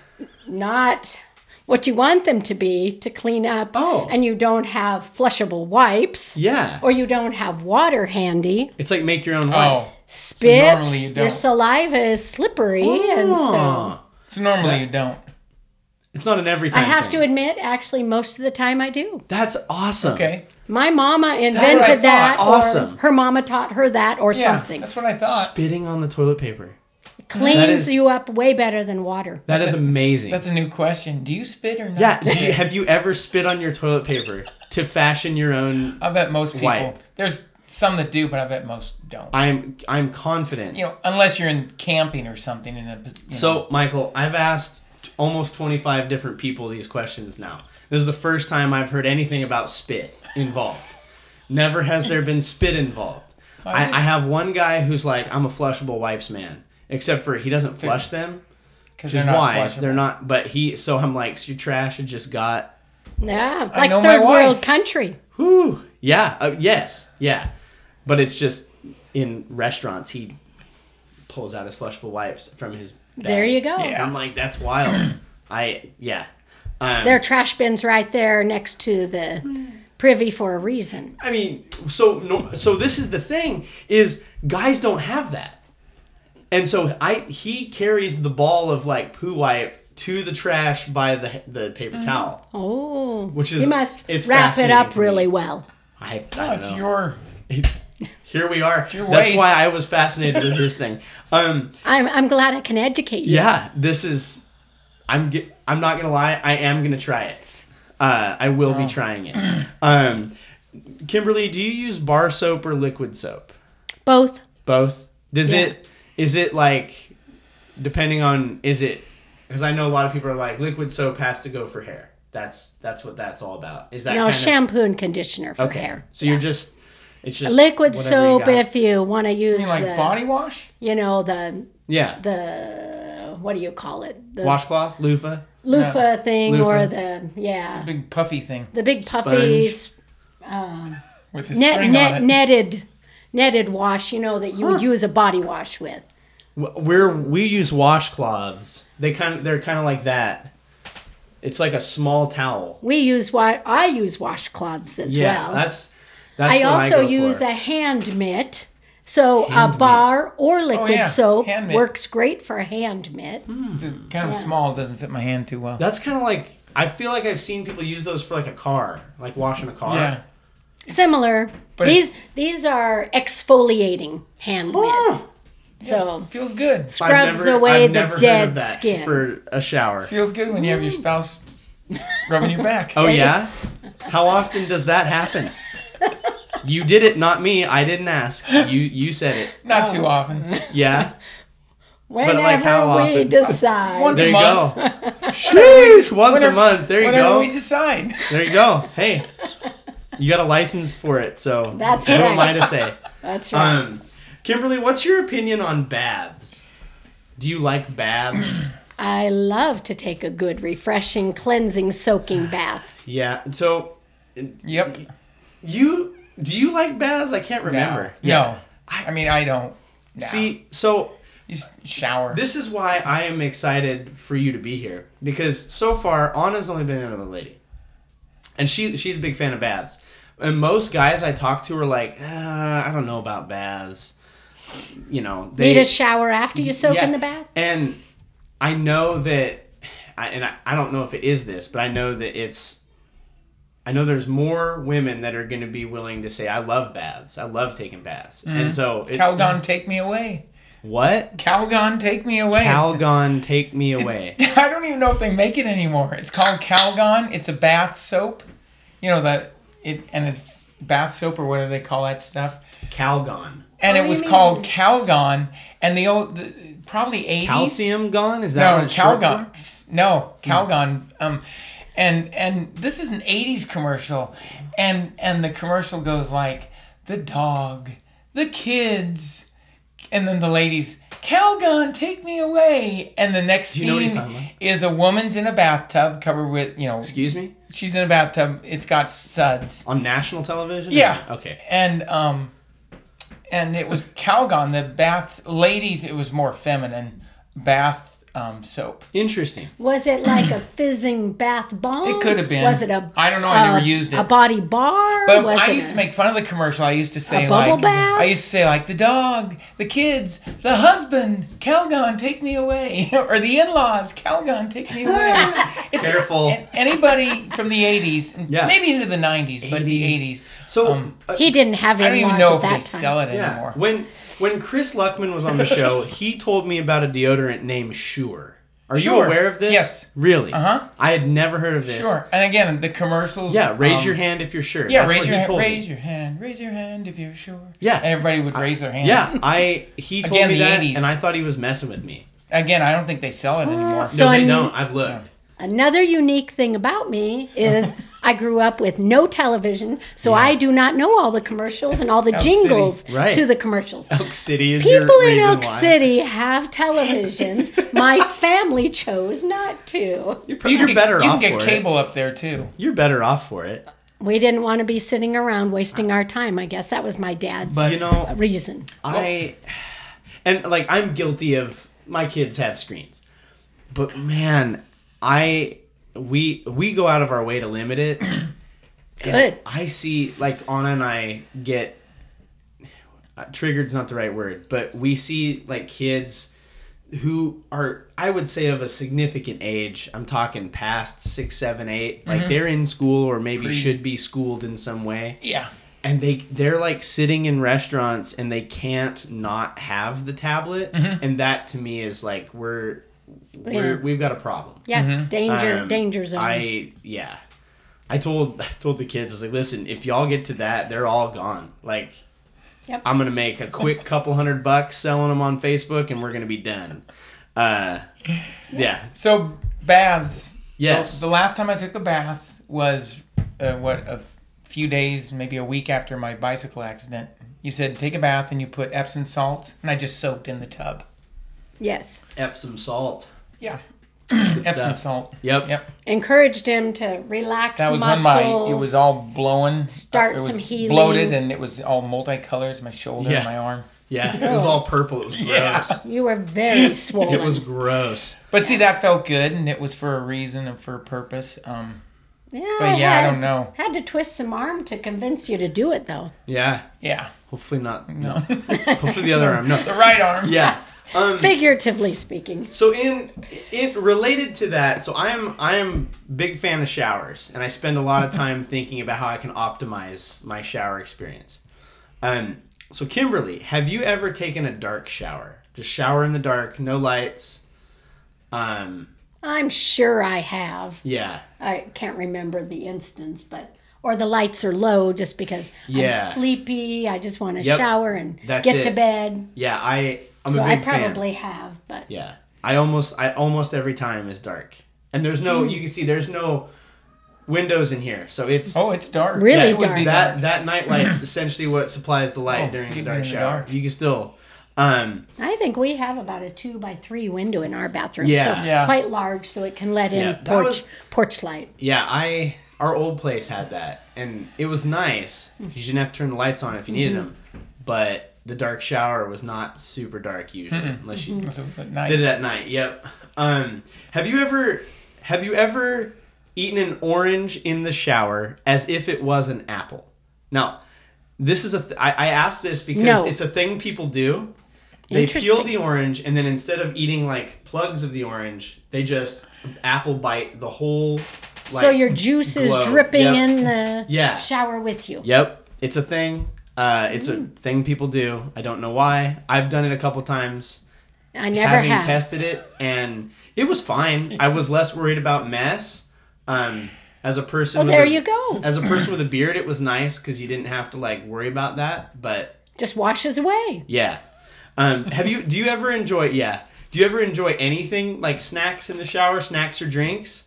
[SPEAKER 2] not what you want them to be to clean up
[SPEAKER 3] Oh.
[SPEAKER 2] and you don't have flushable wipes
[SPEAKER 3] Yeah.
[SPEAKER 2] or you don't have water handy
[SPEAKER 3] It's like make your own wine.
[SPEAKER 1] Oh,
[SPEAKER 2] spit
[SPEAKER 1] normally you
[SPEAKER 2] your
[SPEAKER 1] don't.
[SPEAKER 2] saliva is slippery and so
[SPEAKER 3] Aw.
[SPEAKER 1] so normally you don't.
[SPEAKER 3] It's not an every
[SPEAKER 2] I
[SPEAKER 3] time.
[SPEAKER 2] have
[SPEAKER 3] thing.
[SPEAKER 2] to admit actually most of the time I do.
[SPEAKER 3] That's awesome.
[SPEAKER 1] Okay.
[SPEAKER 2] My mama
[SPEAKER 3] what I
[SPEAKER 2] invented that
[SPEAKER 3] thought.
[SPEAKER 2] or
[SPEAKER 3] Ah, Awesome.
[SPEAKER 2] her mama taught her that or
[SPEAKER 1] Yeah,
[SPEAKER 2] something.
[SPEAKER 1] that's what I thought.
[SPEAKER 3] Spitting on the toilet paper.
[SPEAKER 2] Cleans
[SPEAKER 3] That is-
[SPEAKER 2] you up way better than water.
[SPEAKER 3] That is amazing.
[SPEAKER 1] That's a new question. Do you spit or not?
[SPEAKER 3] yeah. do you-
[SPEAKER 1] spit?
[SPEAKER 3] have you ever spit on your toilet paper to fashion your own?
[SPEAKER 1] I bet most people.
[SPEAKER 3] Why?
[SPEAKER 1] There's some that do, but I bet most don't.
[SPEAKER 3] I'm I'm confident.
[SPEAKER 1] you know, unless you're in camping or something. In a you know.
[SPEAKER 3] So, Michael, I've asked t- almost 25 different people these questions now. This is the first time I've heard anything about spit involved. Never has there been spit involved. I, I have one guy who's like, I'm a flushable wipes man, except for he doesn't flush them,
[SPEAKER 1] because
[SPEAKER 3] which is wise.
[SPEAKER 1] flushable.
[SPEAKER 3] They're not, but he, so I'm like, so your trash had just got,
[SPEAKER 2] Yeah, like
[SPEAKER 1] know my
[SPEAKER 2] third world
[SPEAKER 1] wife.
[SPEAKER 2] country.
[SPEAKER 3] whoo, yeah, uh, yes, yeah. But it's just in restaurants, he pulls out his flushable wipes from his. Bag.
[SPEAKER 2] There you go.
[SPEAKER 1] Yeah.
[SPEAKER 3] I'm like, that's wild. I yeah. Um,
[SPEAKER 2] There are trash bins right there next to the privy for a reason.
[SPEAKER 3] I mean, so no, so this is the thing is guys don't have that, and so I he carries the ball of like poo wipe to the trash by the the paper
[SPEAKER 2] Mm-hmm.
[SPEAKER 3] towel,
[SPEAKER 2] Oh,
[SPEAKER 3] which is
[SPEAKER 2] you must
[SPEAKER 3] it's
[SPEAKER 2] wrap it
[SPEAKER 3] fascinating
[SPEAKER 2] up
[SPEAKER 3] to me.
[SPEAKER 2] really well.
[SPEAKER 3] I, I
[SPEAKER 1] Oh,
[SPEAKER 3] don't
[SPEAKER 1] it's
[SPEAKER 3] know.
[SPEAKER 1] your.
[SPEAKER 3] Here we are.
[SPEAKER 1] your
[SPEAKER 3] That's
[SPEAKER 1] waist.
[SPEAKER 3] why I was fascinated with this thing. Um,
[SPEAKER 2] I'm, I'm glad I can educate you.
[SPEAKER 3] yeah, this is. I'm ge- I'm not gonna lie. I am gonna try it. Uh, I will
[SPEAKER 2] Oh.
[SPEAKER 3] be trying it. Um, Kimberly, do you use bar soap or liquid soap?
[SPEAKER 2] Both.
[SPEAKER 3] Both. Does
[SPEAKER 2] Yeah.
[SPEAKER 3] it? Is it like, depending on is it? Because I know a lot of people are like liquid soap has to go for hair. That's that's what that's all about. Is that
[SPEAKER 2] No,
[SPEAKER 3] kind
[SPEAKER 2] shampoo and conditioner for
[SPEAKER 3] Of, okay.
[SPEAKER 2] hair.
[SPEAKER 3] So you're just it's just
[SPEAKER 2] Liquid
[SPEAKER 3] whatever you
[SPEAKER 2] soap
[SPEAKER 3] got.
[SPEAKER 2] if you want to use,
[SPEAKER 1] You mean like
[SPEAKER 2] uh,
[SPEAKER 1] body wash?
[SPEAKER 2] you know, the,
[SPEAKER 3] yeah
[SPEAKER 2] the, what do you call it? The
[SPEAKER 3] washcloth loofah.
[SPEAKER 2] loofah thing
[SPEAKER 3] Loofah.
[SPEAKER 2] or the, yeah,
[SPEAKER 1] Big puffy thing
[SPEAKER 2] the big puffy sp-
[SPEAKER 1] with the
[SPEAKER 2] net,
[SPEAKER 1] string
[SPEAKER 2] net,
[SPEAKER 1] on it.
[SPEAKER 2] netted, netted wash, you know, that you would use a body wash with.
[SPEAKER 3] We're we use washcloths. They kind of they're kind of like that. It's like a small towel.
[SPEAKER 2] We use wa- I use washcloths as
[SPEAKER 3] Yeah,
[SPEAKER 2] well.
[SPEAKER 3] that's that's.
[SPEAKER 2] I
[SPEAKER 3] what
[SPEAKER 2] also
[SPEAKER 3] go
[SPEAKER 2] use
[SPEAKER 3] for.
[SPEAKER 2] a hand mitt. So
[SPEAKER 3] Hand
[SPEAKER 2] a
[SPEAKER 3] mitt.
[SPEAKER 2] bar or liquid
[SPEAKER 1] yeah,
[SPEAKER 2] soap
[SPEAKER 1] hand mitt.
[SPEAKER 2] works great for a hand mitt.
[SPEAKER 1] It's a- kind of small. Doesn't fit my hand too well.
[SPEAKER 3] That's kind of like I feel like I've seen people use those for like a car, like washing a car.
[SPEAKER 1] yeah.
[SPEAKER 2] Similar.
[SPEAKER 1] But
[SPEAKER 2] these these are exfoliating hand mitts. So
[SPEAKER 1] Feels good.
[SPEAKER 2] Scrubs away the dead skin.
[SPEAKER 3] for a shower.
[SPEAKER 1] Feels good when you have your spouse rubbing your back.
[SPEAKER 3] Oh yeah, how often does that happen? You did it, not me. I didn't ask. You you said it.
[SPEAKER 1] Not too often.
[SPEAKER 3] Yeah.
[SPEAKER 2] whenever
[SPEAKER 3] like, how
[SPEAKER 2] we
[SPEAKER 3] often?
[SPEAKER 2] decide,
[SPEAKER 1] Once
[SPEAKER 3] There
[SPEAKER 1] a
[SPEAKER 3] you
[SPEAKER 1] month.
[SPEAKER 3] go. Sheesh, once
[SPEAKER 1] Whenever-
[SPEAKER 3] a month. There you
[SPEAKER 1] whenever
[SPEAKER 3] go.
[SPEAKER 1] we decide.
[SPEAKER 3] There you go. Hey, you got a license for it, so
[SPEAKER 2] That's
[SPEAKER 3] what am
[SPEAKER 2] right.
[SPEAKER 3] I to say?
[SPEAKER 2] that's
[SPEAKER 1] Uh,
[SPEAKER 2] right.
[SPEAKER 3] Um, Kimberly, what's your opinion on baths? Do you like baths?
[SPEAKER 2] I love to take a good refreshing, cleansing, soaking bath.
[SPEAKER 3] yeah. So
[SPEAKER 1] Yep.
[SPEAKER 3] you do you like baths? I can't remember.
[SPEAKER 1] No. No. I mean, I don't. No.
[SPEAKER 3] See, so
[SPEAKER 1] you s- shower.
[SPEAKER 3] this is why I am excited for you to be here because so far Anna's only been another lady, and she she's a big fan of baths. And most guys I talk to are like, uh, I don't know about baths. You know,
[SPEAKER 2] Need a shower after you soak
[SPEAKER 3] Yeah.
[SPEAKER 2] in the bath?
[SPEAKER 3] And I know that, I, and I, I don't know if it is this, but I know that it's, I know there's more women that are going to be willing to say, I love baths. I love taking baths.
[SPEAKER 1] Mm-hmm.
[SPEAKER 3] And so, it,
[SPEAKER 1] Calgon, take me away.
[SPEAKER 3] what?
[SPEAKER 1] Calgon, take me away.
[SPEAKER 3] Calgon, take me away.
[SPEAKER 1] I don't even know if they make it anymore. It's called Calgon. It's a bath soap. You know that it and it's bath soap or whatever they call that stuff.
[SPEAKER 3] Calgon.
[SPEAKER 1] And
[SPEAKER 2] What
[SPEAKER 1] it
[SPEAKER 2] do
[SPEAKER 1] was
[SPEAKER 2] you mean?
[SPEAKER 1] called Calgon. And the old the, probably eighties.
[SPEAKER 3] Calcium gone? Is that
[SPEAKER 1] No,
[SPEAKER 3] what it's short Hmm. for?
[SPEAKER 1] Calgon. No, Calgon. Um, and and this is an '80s commercial, and and the commercial goes like the dog, the kids, and then the ladies. Calgon, take me away. And the next
[SPEAKER 3] you know what he's
[SPEAKER 1] scene
[SPEAKER 3] talking about?
[SPEAKER 1] is a woman's in a bathtub covered with you know
[SPEAKER 3] Excuse me?
[SPEAKER 1] she's in a bathtub. It's got suds.
[SPEAKER 3] On national television?
[SPEAKER 1] Yeah.
[SPEAKER 3] Hmm, Okay.
[SPEAKER 1] And um, and it was Calgon, the bath ladies. It was more feminine bath um, soap.
[SPEAKER 3] Interesting.
[SPEAKER 2] Was it like a fizzing bath bomb?
[SPEAKER 1] It could have been.
[SPEAKER 2] Was it a?
[SPEAKER 1] I don't know, I never used it.
[SPEAKER 2] A body bar?
[SPEAKER 1] But
[SPEAKER 2] was
[SPEAKER 1] I
[SPEAKER 2] it
[SPEAKER 1] used
[SPEAKER 2] a-
[SPEAKER 1] to make fun of the commercial. I used to say
[SPEAKER 2] A bubble
[SPEAKER 1] like,
[SPEAKER 2] bath?
[SPEAKER 1] I used to say like the dog, the kids, the husband, Calgon, take me away, or the in-laws, Calgon, take me away. It's
[SPEAKER 3] Careful.
[SPEAKER 1] and anybody from the '80s, and
[SPEAKER 3] Yeah.
[SPEAKER 1] maybe into the '90s, but the
[SPEAKER 3] 80s.
[SPEAKER 1] '80s.
[SPEAKER 3] So
[SPEAKER 1] um,
[SPEAKER 3] uh,
[SPEAKER 2] He didn't have
[SPEAKER 1] I
[SPEAKER 2] in
[SPEAKER 1] don't even know if
[SPEAKER 2] laws at
[SPEAKER 1] they
[SPEAKER 2] that time.
[SPEAKER 1] sell it
[SPEAKER 3] yeah,
[SPEAKER 1] anymore.
[SPEAKER 3] when when Chris Luckman was on the show, he told me about a deodorant named Sure. Are you
[SPEAKER 1] Sure.
[SPEAKER 3] aware of this?
[SPEAKER 1] Yes.
[SPEAKER 3] Really?
[SPEAKER 1] Uh-huh.
[SPEAKER 3] I had never heard of this.
[SPEAKER 1] Sure. And again, the commercials.
[SPEAKER 3] Yeah. Raise
[SPEAKER 1] um,
[SPEAKER 3] your hand if you're sure.
[SPEAKER 1] Yeah,
[SPEAKER 3] That's
[SPEAKER 1] raise
[SPEAKER 3] what
[SPEAKER 1] your
[SPEAKER 3] he
[SPEAKER 1] hand.
[SPEAKER 3] told me.
[SPEAKER 1] Raise your hand. Raise your hand if you're sure.
[SPEAKER 3] Yeah.
[SPEAKER 1] And everybody would raise their hands.
[SPEAKER 3] Yeah, I he told
[SPEAKER 1] Again,
[SPEAKER 3] me
[SPEAKER 1] the
[SPEAKER 3] that,
[SPEAKER 1] 80s.
[SPEAKER 3] and I thought he was messing with me.
[SPEAKER 1] Again, I don't think they sell it anymore.
[SPEAKER 2] So
[SPEAKER 3] no, they
[SPEAKER 2] I'm-
[SPEAKER 3] don't. I've looked.
[SPEAKER 2] Another unique thing about me is I grew up with no television, so I do not know all the commercials and all the
[SPEAKER 1] City.
[SPEAKER 2] jingles
[SPEAKER 3] Right.
[SPEAKER 2] to the commercials.
[SPEAKER 3] Elk City is
[SPEAKER 2] People
[SPEAKER 3] your
[SPEAKER 2] in
[SPEAKER 3] reason
[SPEAKER 2] Oak
[SPEAKER 3] why.
[SPEAKER 2] City have televisions. My family chose not to.
[SPEAKER 3] You're, pro- you're
[SPEAKER 1] can-
[SPEAKER 3] better
[SPEAKER 1] you
[SPEAKER 3] off
[SPEAKER 1] can get
[SPEAKER 3] for
[SPEAKER 1] cable up there too.
[SPEAKER 3] it. You're better off for it.
[SPEAKER 2] We didn't want to be sitting around wasting our time. I guess that was my dad's
[SPEAKER 1] But
[SPEAKER 3] You know,
[SPEAKER 2] reason.
[SPEAKER 3] I and like I'm guilty of my kids have screens. But man, I we we go out of our way to limit it.
[SPEAKER 2] Good.
[SPEAKER 3] I see like Anna and I get uh, triggered's not the right word, but we see like kids who are I would say of a significant age. I'm talking past six, seven, eight. Like they're in school or maybe should be schooled in some way
[SPEAKER 1] Yeah.
[SPEAKER 3] and they they're like sitting in restaurants and they can't not have the tablet
[SPEAKER 1] Mm-hmm.
[SPEAKER 3] and that to me is like we're, we're
[SPEAKER 2] Yeah. Mm-hmm.
[SPEAKER 3] we've got a problem
[SPEAKER 2] Yeah,
[SPEAKER 1] Mm-hmm.
[SPEAKER 2] danger,
[SPEAKER 3] Um,
[SPEAKER 2] danger zone.
[SPEAKER 3] i yeah i told i told the kids i was like listen if y'all get to that they're all gone like
[SPEAKER 2] Yep.
[SPEAKER 3] i'm gonna make a quick couple hundred bucks selling them on facebook and we're gonna be done uh yeah
[SPEAKER 1] So baths.
[SPEAKER 3] Yes.
[SPEAKER 1] The, the last time I took a bath was uh, what a few days, maybe a week after my bicycle accident. You said take a bath and you put Epsom salts, and I just soaked in the tub.
[SPEAKER 2] yes,
[SPEAKER 3] epsom salt
[SPEAKER 1] Yeah.
[SPEAKER 3] Good
[SPEAKER 1] Epsom
[SPEAKER 3] stuff.
[SPEAKER 1] salt.
[SPEAKER 3] yep
[SPEAKER 1] Yep.
[SPEAKER 2] encouraged him to relax.
[SPEAKER 1] That was
[SPEAKER 2] muscles.
[SPEAKER 1] when my it was all blowing.
[SPEAKER 2] Start
[SPEAKER 1] it was
[SPEAKER 2] some healing.
[SPEAKER 1] Bloated and it was all multicolors. My shoulder,
[SPEAKER 3] Yeah.
[SPEAKER 1] and my arm.
[SPEAKER 3] yeah it was all purple it was gross
[SPEAKER 1] Yeah.
[SPEAKER 2] You were very swollen.
[SPEAKER 3] it was gross
[SPEAKER 1] But see, that felt good, and it was for a reason and for a purpose. Um,
[SPEAKER 2] Yeah,
[SPEAKER 1] but yeah, I don't know.
[SPEAKER 2] Had to twist some arm to convince you to do it, though.
[SPEAKER 3] yeah
[SPEAKER 1] Yeah,
[SPEAKER 3] Hopefully not. No. Hopefully the other arm.
[SPEAKER 1] the
[SPEAKER 3] No.
[SPEAKER 1] right arm.
[SPEAKER 3] Yeah. Um,
[SPEAKER 2] Figuratively speaking.
[SPEAKER 3] so in in related to that, so I am I am big fan of showers, and I spend a lot of time thinking about how I can optimize my shower experience. Um, so Kimberly, have you ever taken a dark shower? Just shower in the dark, no lights. Um,
[SPEAKER 2] I'm sure I have.
[SPEAKER 3] yeah,
[SPEAKER 2] I can't remember the instance, but or the lights are low just because
[SPEAKER 3] Yeah.
[SPEAKER 2] I'm sleepy. I just want to
[SPEAKER 3] Yep.
[SPEAKER 2] shower and
[SPEAKER 3] That's
[SPEAKER 2] get to
[SPEAKER 3] it.
[SPEAKER 2] bed.
[SPEAKER 3] yeah. I I'm
[SPEAKER 2] So
[SPEAKER 3] a
[SPEAKER 2] I
[SPEAKER 3] big fan.
[SPEAKER 2] probably have, but
[SPEAKER 3] Yeah. I almost I almost every time is dark. And there's
[SPEAKER 2] Hmm.
[SPEAKER 3] no you can see there's no windows in here. So it's
[SPEAKER 1] Oh, it's dark.
[SPEAKER 2] Really
[SPEAKER 1] Yeah, it would be
[SPEAKER 3] that that night light's essentially what supplies the light
[SPEAKER 1] Oh,
[SPEAKER 3] during the
[SPEAKER 1] keep me
[SPEAKER 3] dark
[SPEAKER 1] in the
[SPEAKER 3] shower.
[SPEAKER 1] dark.
[SPEAKER 3] You can still um
[SPEAKER 2] I think we have about a two by three window in our bathroom.
[SPEAKER 3] Yeah.
[SPEAKER 2] So
[SPEAKER 1] Yeah.
[SPEAKER 2] quite large so it can let in
[SPEAKER 3] Yeah, that
[SPEAKER 2] porch
[SPEAKER 3] was-
[SPEAKER 2] porch light.
[SPEAKER 3] yeah, I our old place had that and it was nice. 'cause You didn't have to turn the lights on if you needed them. But the dark shower was not super dark usually unless you
[SPEAKER 1] So it's at night.
[SPEAKER 3] did it at night. Yep. Um have you ever have you ever eaten an orange in the shower as if it was an apple? Now, this is a th- I, I asked this because
[SPEAKER 2] No.
[SPEAKER 3] it's a thing people do. They peel
[SPEAKER 2] Interesting.
[SPEAKER 3] the orange and then instead of eating like plugs of the orange, they just apple bite the whole like
[SPEAKER 2] so your juice is
[SPEAKER 3] glow.
[SPEAKER 2] dripping
[SPEAKER 3] Yep.
[SPEAKER 2] in the
[SPEAKER 3] Yeah.
[SPEAKER 2] shower with you.
[SPEAKER 3] Yep, it's a thing. Uh, it's
[SPEAKER 2] Mm.
[SPEAKER 3] a thing people do. I don't know why. I've done it a couple times.
[SPEAKER 2] I never
[SPEAKER 3] having
[SPEAKER 2] have.
[SPEAKER 3] tested it and it was fine i was less worried about mess um as a person
[SPEAKER 2] well,
[SPEAKER 3] with
[SPEAKER 2] Oh, there
[SPEAKER 3] a-
[SPEAKER 2] you go.
[SPEAKER 3] as a person with a beard it was nice because you didn't have to like worry about that but
[SPEAKER 2] Just washes away.
[SPEAKER 3] yeah um have you do you ever enjoy yeah do you ever enjoy anything like snacks in the shower snacks or drinks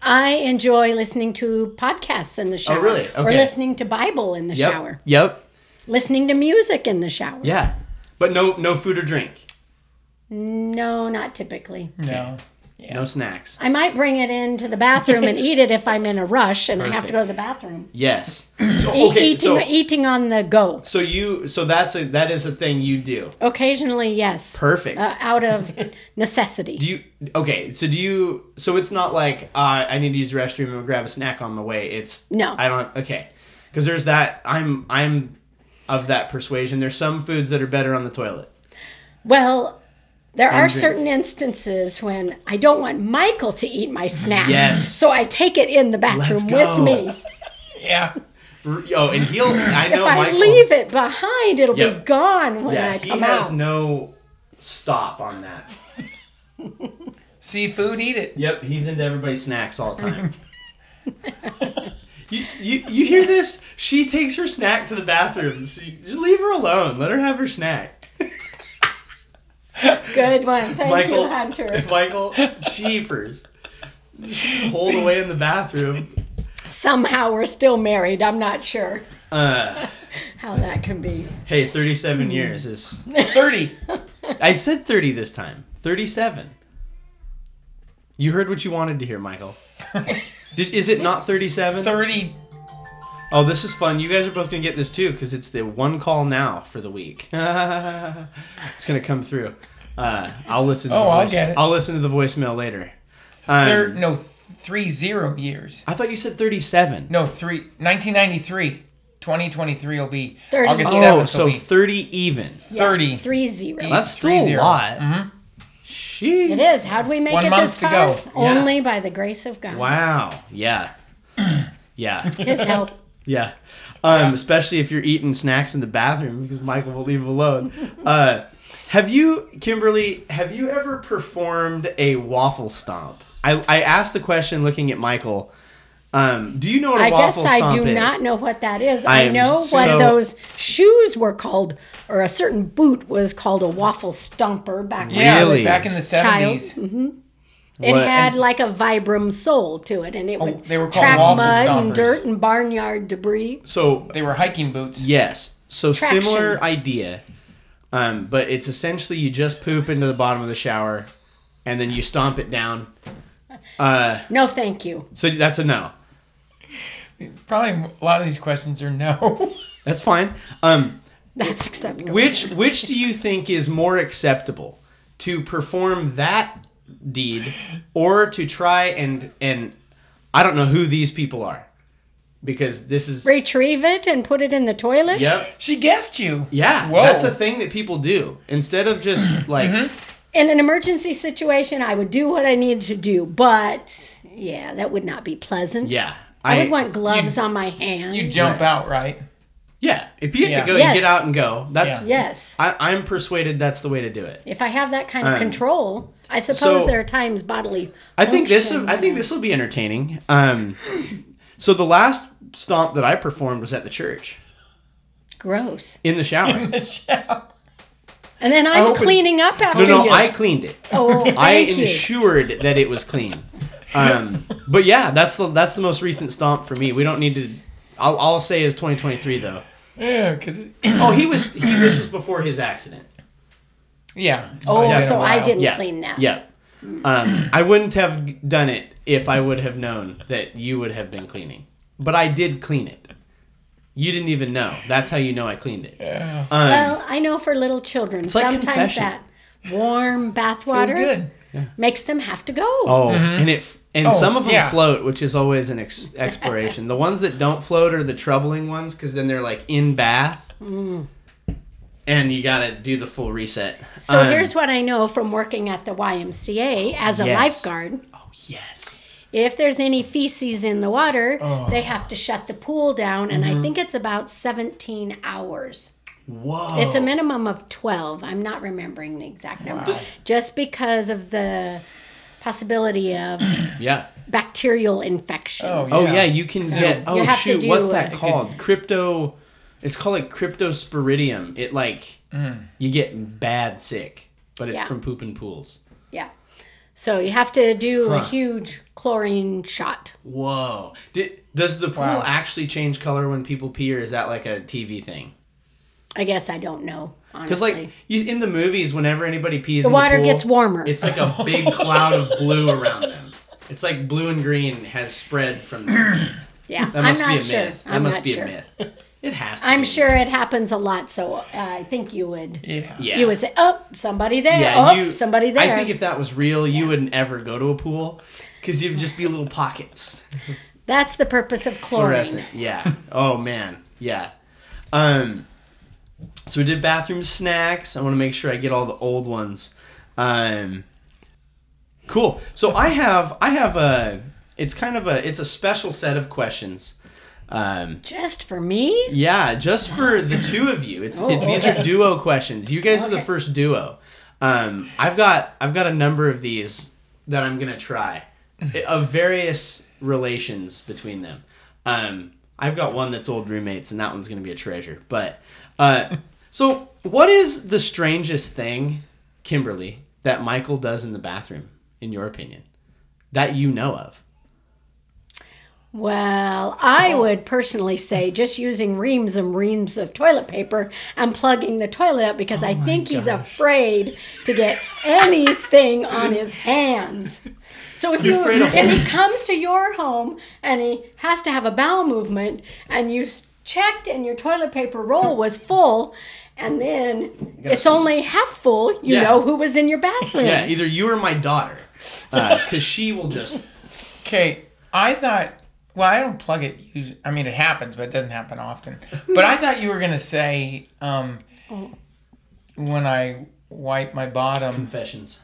[SPEAKER 2] I enjoy listening to podcasts in the shower.
[SPEAKER 3] Oh, really?
[SPEAKER 2] Or
[SPEAKER 3] Okay.
[SPEAKER 2] listening to Bible in the
[SPEAKER 3] yep
[SPEAKER 2] shower.
[SPEAKER 3] yep
[SPEAKER 2] Listening to music in the shower.
[SPEAKER 3] yeah but no no food or drink
[SPEAKER 2] No, not typically.
[SPEAKER 1] No.
[SPEAKER 3] No snacks.
[SPEAKER 2] I might bring it into the bathroom and eat it if I'm in a rush and I have to go to
[SPEAKER 3] Perfect.
[SPEAKER 2] the bathroom.
[SPEAKER 3] Yes.
[SPEAKER 2] E-
[SPEAKER 3] So, okay.
[SPEAKER 2] eating,
[SPEAKER 3] So,
[SPEAKER 2] eating on the go.
[SPEAKER 3] so you so that's a that is a thing you do.
[SPEAKER 2] Occasionally, yes.
[SPEAKER 3] Perfect.
[SPEAKER 2] Uh, out of necessity.
[SPEAKER 3] do you okay? So do you? So it's not like uh, I need to use the restroom and grab a snack on the way. It's
[SPEAKER 2] No.
[SPEAKER 3] I don't. Okay. Because there's that. I'm I'm of that persuasion. There's some foods that are better on the toilet.
[SPEAKER 2] well, there are
[SPEAKER 3] drinks.
[SPEAKER 2] certain instances when I don't want Michael to eat my snack.
[SPEAKER 3] Yes.
[SPEAKER 2] So I take it in the bathroom
[SPEAKER 3] go.
[SPEAKER 2] with me.
[SPEAKER 1] Yeah.
[SPEAKER 3] R- Oh, and he'll. I
[SPEAKER 2] If
[SPEAKER 3] know.
[SPEAKER 2] I
[SPEAKER 3] Michael-
[SPEAKER 2] leave it behind, it'll
[SPEAKER 3] Yep.
[SPEAKER 2] be gone when I
[SPEAKER 3] Yeah, he
[SPEAKER 2] come
[SPEAKER 3] has
[SPEAKER 2] out.
[SPEAKER 3] no stop on that.
[SPEAKER 1] See food, eat it.
[SPEAKER 3] Yep, he's into everybody's snacks all the time. you, you you hear this? She takes her snack to the bathroom. So you- just leave her alone. Let her have her snack.
[SPEAKER 2] Good one. Thank
[SPEAKER 3] Michael,
[SPEAKER 2] you, Hunter.
[SPEAKER 3] Michael, cheapers. She's holed away in the bathroom.
[SPEAKER 2] Somehow we're still married. I'm not sure
[SPEAKER 3] Uh,
[SPEAKER 2] how that can be.
[SPEAKER 3] hey, 37 years is.
[SPEAKER 1] Thirty.
[SPEAKER 3] I said 30 this time. 37. You heard what you wanted to hear, Michael. Did, is it not 37?
[SPEAKER 1] Thirty.
[SPEAKER 3] Oh, this is fun. You guys are both gonna get this too because it's the one call now for the week. it's gonna come through. Uh, I'll listen. To
[SPEAKER 1] Oh,
[SPEAKER 3] the
[SPEAKER 1] I'll
[SPEAKER 3] voice-
[SPEAKER 1] get it.
[SPEAKER 3] I'll listen to the voicemail later.
[SPEAKER 1] Thir-
[SPEAKER 3] Um,
[SPEAKER 1] no, three zero years.
[SPEAKER 3] I thought you said thirty-seven.
[SPEAKER 1] No, three. 1993. 2023 will be
[SPEAKER 2] 30.
[SPEAKER 1] August
[SPEAKER 2] Oh,
[SPEAKER 1] 7th.
[SPEAKER 3] Oh,
[SPEAKER 1] will
[SPEAKER 3] so
[SPEAKER 1] be
[SPEAKER 3] thirty even.
[SPEAKER 1] Thirty.
[SPEAKER 2] Three zero.
[SPEAKER 3] That's still
[SPEAKER 1] Three
[SPEAKER 3] a
[SPEAKER 1] zero. Mm-hmm.
[SPEAKER 3] lot. She.
[SPEAKER 2] It is. How'd we make
[SPEAKER 1] One
[SPEAKER 2] it
[SPEAKER 1] month
[SPEAKER 2] this
[SPEAKER 1] to
[SPEAKER 2] far?
[SPEAKER 1] go.
[SPEAKER 3] Yeah.
[SPEAKER 2] Only by the grace of God.
[SPEAKER 3] Wow. Yeah. Yeah.
[SPEAKER 2] His help.
[SPEAKER 3] Yeah. Um, Especially if you're eating snacks in the bathroom because Michael will leave alone. Uh, have you, Kimberly, have you ever performed a waffle stomp? I, I asked the question looking at Michael. Um, do you know what a
[SPEAKER 2] I guess
[SPEAKER 3] waffle stomp
[SPEAKER 2] I do
[SPEAKER 3] is?
[SPEAKER 2] not know what that is.
[SPEAKER 3] I
[SPEAKER 2] I,
[SPEAKER 3] am
[SPEAKER 2] know what
[SPEAKER 3] so-
[SPEAKER 2] those shoes were called, or a certain boot was called a waffle stomper back when
[SPEAKER 1] Yeah,
[SPEAKER 2] I was
[SPEAKER 3] Really?
[SPEAKER 1] back in the
[SPEAKER 2] a child.
[SPEAKER 1] 70s.
[SPEAKER 2] hmm It
[SPEAKER 3] What- Oh,
[SPEAKER 2] had like a Vibram sole to it, and it would
[SPEAKER 1] they were called
[SPEAKER 2] track
[SPEAKER 1] waffle
[SPEAKER 2] mud and
[SPEAKER 1] stompers.
[SPEAKER 2] dirt and barnyard debris.
[SPEAKER 3] So
[SPEAKER 1] They were hiking boots.
[SPEAKER 3] Yes. So
[SPEAKER 2] Traction.
[SPEAKER 3] similar idea, um, but it's essentially you just poop into the bottom of the shower, and then you stomp it down. Uh,
[SPEAKER 2] No, thank you.
[SPEAKER 3] so that's a no.
[SPEAKER 1] Probably a lot of these questions are no.
[SPEAKER 3] That's fine. Um,
[SPEAKER 2] That's acceptable.
[SPEAKER 3] Which which do you think is more acceptable to perform that deed or to try and and I don't know who these people are because this is
[SPEAKER 2] Retrieve it and put it in the toilet.
[SPEAKER 3] yep
[SPEAKER 1] she guessed you.
[SPEAKER 3] yeah
[SPEAKER 1] Whoa. Mm-hmm.
[SPEAKER 3] that's a thing that people do instead of just like
[SPEAKER 2] In an emergency situation, I would do what I needed to do, but yeah, that would not be pleasant.
[SPEAKER 3] yeah
[SPEAKER 2] I, would want gloves on my hand.
[SPEAKER 1] You jump out, right?
[SPEAKER 3] yeah if you have
[SPEAKER 1] Yeah.
[SPEAKER 3] to go
[SPEAKER 2] Yes.
[SPEAKER 3] you get out and go that's
[SPEAKER 1] Yeah.
[SPEAKER 2] yes.
[SPEAKER 3] I, I'm persuaded that's the way to do it
[SPEAKER 2] If I have that kind of control, I suppose
[SPEAKER 3] Um, so-
[SPEAKER 2] there are times bodily.
[SPEAKER 3] I think this.
[SPEAKER 2] function-
[SPEAKER 3] I think this will be entertaining. Um, so the last stomp that I performed was at the church
[SPEAKER 2] gross.
[SPEAKER 3] in the shower.
[SPEAKER 2] And then I'm
[SPEAKER 1] hope it's-
[SPEAKER 2] cleaning up after
[SPEAKER 3] No, no,
[SPEAKER 2] you.
[SPEAKER 3] I cleaned it.
[SPEAKER 2] oh, thank
[SPEAKER 3] I
[SPEAKER 2] you.
[SPEAKER 3] ensured that it was clean. Um, but yeah, that's the that's the most recent stomp for me. We don't need to. I'll, I'll say is 2023 though.
[SPEAKER 1] Yeah, because
[SPEAKER 3] Oh, he was he. This was before his accident.
[SPEAKER 1] yeah.
[SPEAKER 2] oh,
[SPEAKER 1] It's been
[SPEAKER 2] so
[SPEAKER 1] a
[SPEAKER 2] I
[SPEAKER 1] while.
[SPEAKER 2] didn't
[SPEAKER 3] Yeah.
[SPEAKER 2] clean that.
[SPEAKER 3] Yeah. Um, I wouldn't have done it if I would have known that you would have been cleaning. But I did clean it. You didn't even know. That's how you know I cleaned it.
[SPEAKER 1] Yeah.
[SPEAKER 3] Um,
[SPEAKER 2] Well, I know for little children,
[SPEAKER 3] like
[SPEAKER 2] sometimes
[SPEAKER 3] confession.
[SPEAKER 2] that warm bath
[SPEAKER 1] It was
[SPEAKER 2] water
[SPEAKER 1] good.
[SPEAKER 2] makes them have to go.
[SPEAKER 3] Oh, and it f- and
[SPEAKER 1] Oh,
[SPEAKER 3] some of them
[SPEAKER 1] yeah.
[SPEAKER 3] float, which is always an ex- exploration. the ones that don't float are the troubling ones because then they're like in bath,
[SPEAKER 2] Mm.
[SPEAKER 3] and you gotta do the full reset.
[SPEAKER 2] So
[SPEAKER 3] Um,
[SPEAKER 2] here's what I know from working at the YMCA as a
[SPEAKER 3] Yes.
[SPEAKER 2] lifeguard.
[SPEAKER 3] oh yes,
[SPEAKER 2] If there's any feces in the water,
[SPEAKER 3] Oh.
[SPEAKER 2] they have to shut the pool down, and
[SPEAKER 3] Mm-hmm.
[SPEAKER 2] I think it's about 17 hours.
[SPEAKER 3] whoa,
[SPEAKER 2] It's a minimum of 12. I'm not remembering the exact number. Just because of the possibility of
[SPEAKER 3] yeah,
[SPEAKER 2] bacterial
[SPEAKER 1] Oh,
[SPEAKER 2] infections.
[SPEAKER 3] oh
[SPEAKER 1] Yeah.
[SPEAKER 3] yeah, you can
[SPEAKER 1] you
[SPEAKER 3] get oh
[SPEAKER 2] have to
[SPEAKER 3] shoot,
[SPEAKER 2] do
[SPEAKER 3] what's
[SPEAKER 2] it.
[SPEAKER 3] that
[SPEAKER 2] It
[SPEAKER 3] called? Crypto, it's called like cryptosporidium. It like
[SPEAKER 1] Mm.
[SPEAKER 3] you get bad sick, but it's
[SPEAKER 2] Yeah.
[SPEAKER 3] from poop and pools.
[SPEAKER 2] Yeah. So you have to do a
[SPEAKER 3] Huh.
[SPEAKER 2] huge chlorine shot.
[SPEAKER 3] Whoa, Did, does the pool
[SPEAKER 1] Wow.
[SPEAKER 3] actually change color when people pee, or is that like a TV thing?
[SPEAKER 2] I guess I don't know.
[SPEAKER 3] Because like
[SPEAKER 2] Honestly.
[SPEAKER 3] you, in the movies, whenever anybody pees,
[SPEAKER 2] The
[SPEAKER 3] in
[SPEAKER 2] water
[SPEAKER 3] pool,
[SPEAKER 2] gets warmer.
[SPEAKER 3] It's like a big cloud of blue around them. It's like blue and green has spread from. Them.
[SPEAKER 2] Yeah,
[SPEAKER 3] That must
[SPEAKER 2] I'm not
[SPEAKER 3] be a
[SPEAKER 2] sure.
[SPEAKER 3] myth. That
[SPEAKER 2] I'm
[SPEAKER 3] must
[SPEAKER 2] not
[SPEAKER 3] be
[SPEAKER 2] sure.
[SPEAKER 3] a myth. It has. to be a
[SPEAKER 2] I'm
[SPEAKER 3] myth.
[SPEAKER 2] sure it happens a lot, so uh, I think you would.
[SPEAKER 1] Yeah.
[SPEAKER 3] Yeah.
[SPEAKER 2] You would say, "Oh, somebody there!
[SPEAKER 3] Yeah,
[SPEAKER 2] oh,
[SPEAKER 3] you,
[SPEAKER 2] somebody there!"
[SPEAKER 3] I think if that was real, you wouldn't ever go to a pool because you'd just be little pockets.
[SPEAKER 2] That's the purpose of chlorine.
[SPEAKER 3] Fluorescent. Yeah. Oh man. Yeah. Um. So we did bathroom snacks. I want to make sure I get all the old ones. Um. Cool. So I have I have a it's kind of a it's a special set of questions. Um,
[SPEAKER 2] Just for me?
[SPEAKER 3] yeah, just for the two of you. It's it,
[SPEAKER 2] Oh,
[SPEAKER 3] these are duo questions. You guys are the
[SPEAKER 2] Okay.
[SPEAKER 3] first duo. Um, I've got I've got a number of these that I'm gonna try i- of various relations between them. Um, I've got one that's old roommates, and that one's gonna be a treasure. But uh, so, what is the strangest thing, Kimberly, that Michael does in the bathroom, in your opinion, that you know of?
[SPEAKER 2] Well,
[SPEAKER 3] Oh.
[SPEAKER 2] I would personally say just using reams and reams of toilet paper and plugging the toilet up
[SPEAKER 3] Oh
[SPEAKER 2] because I think he's afraid to get anything on his hands. So if you
[SPEAKER 3] afraid of
[SPEAKER 2] if he comes to your home and he has to have a bowel movement and you s- checked and your toilet paper roll was full and then it's
[SPEAKER 3] s-
[SPEAKER 2] only half full, you
[SPEAKER 3] Yeah.
[SPEAKER 2] know who was in your bathroom.
[SPEAKER 3] Yeah, either you or my daughter, because she will just
[SPEAKER 1] Okay, I thought. Well, I don't plug it. usu- I mean, it happens, but it doesn't happen often. But I thought you were gonna say um, when I wipe my bottom,
[SPEAKER 3] confessions.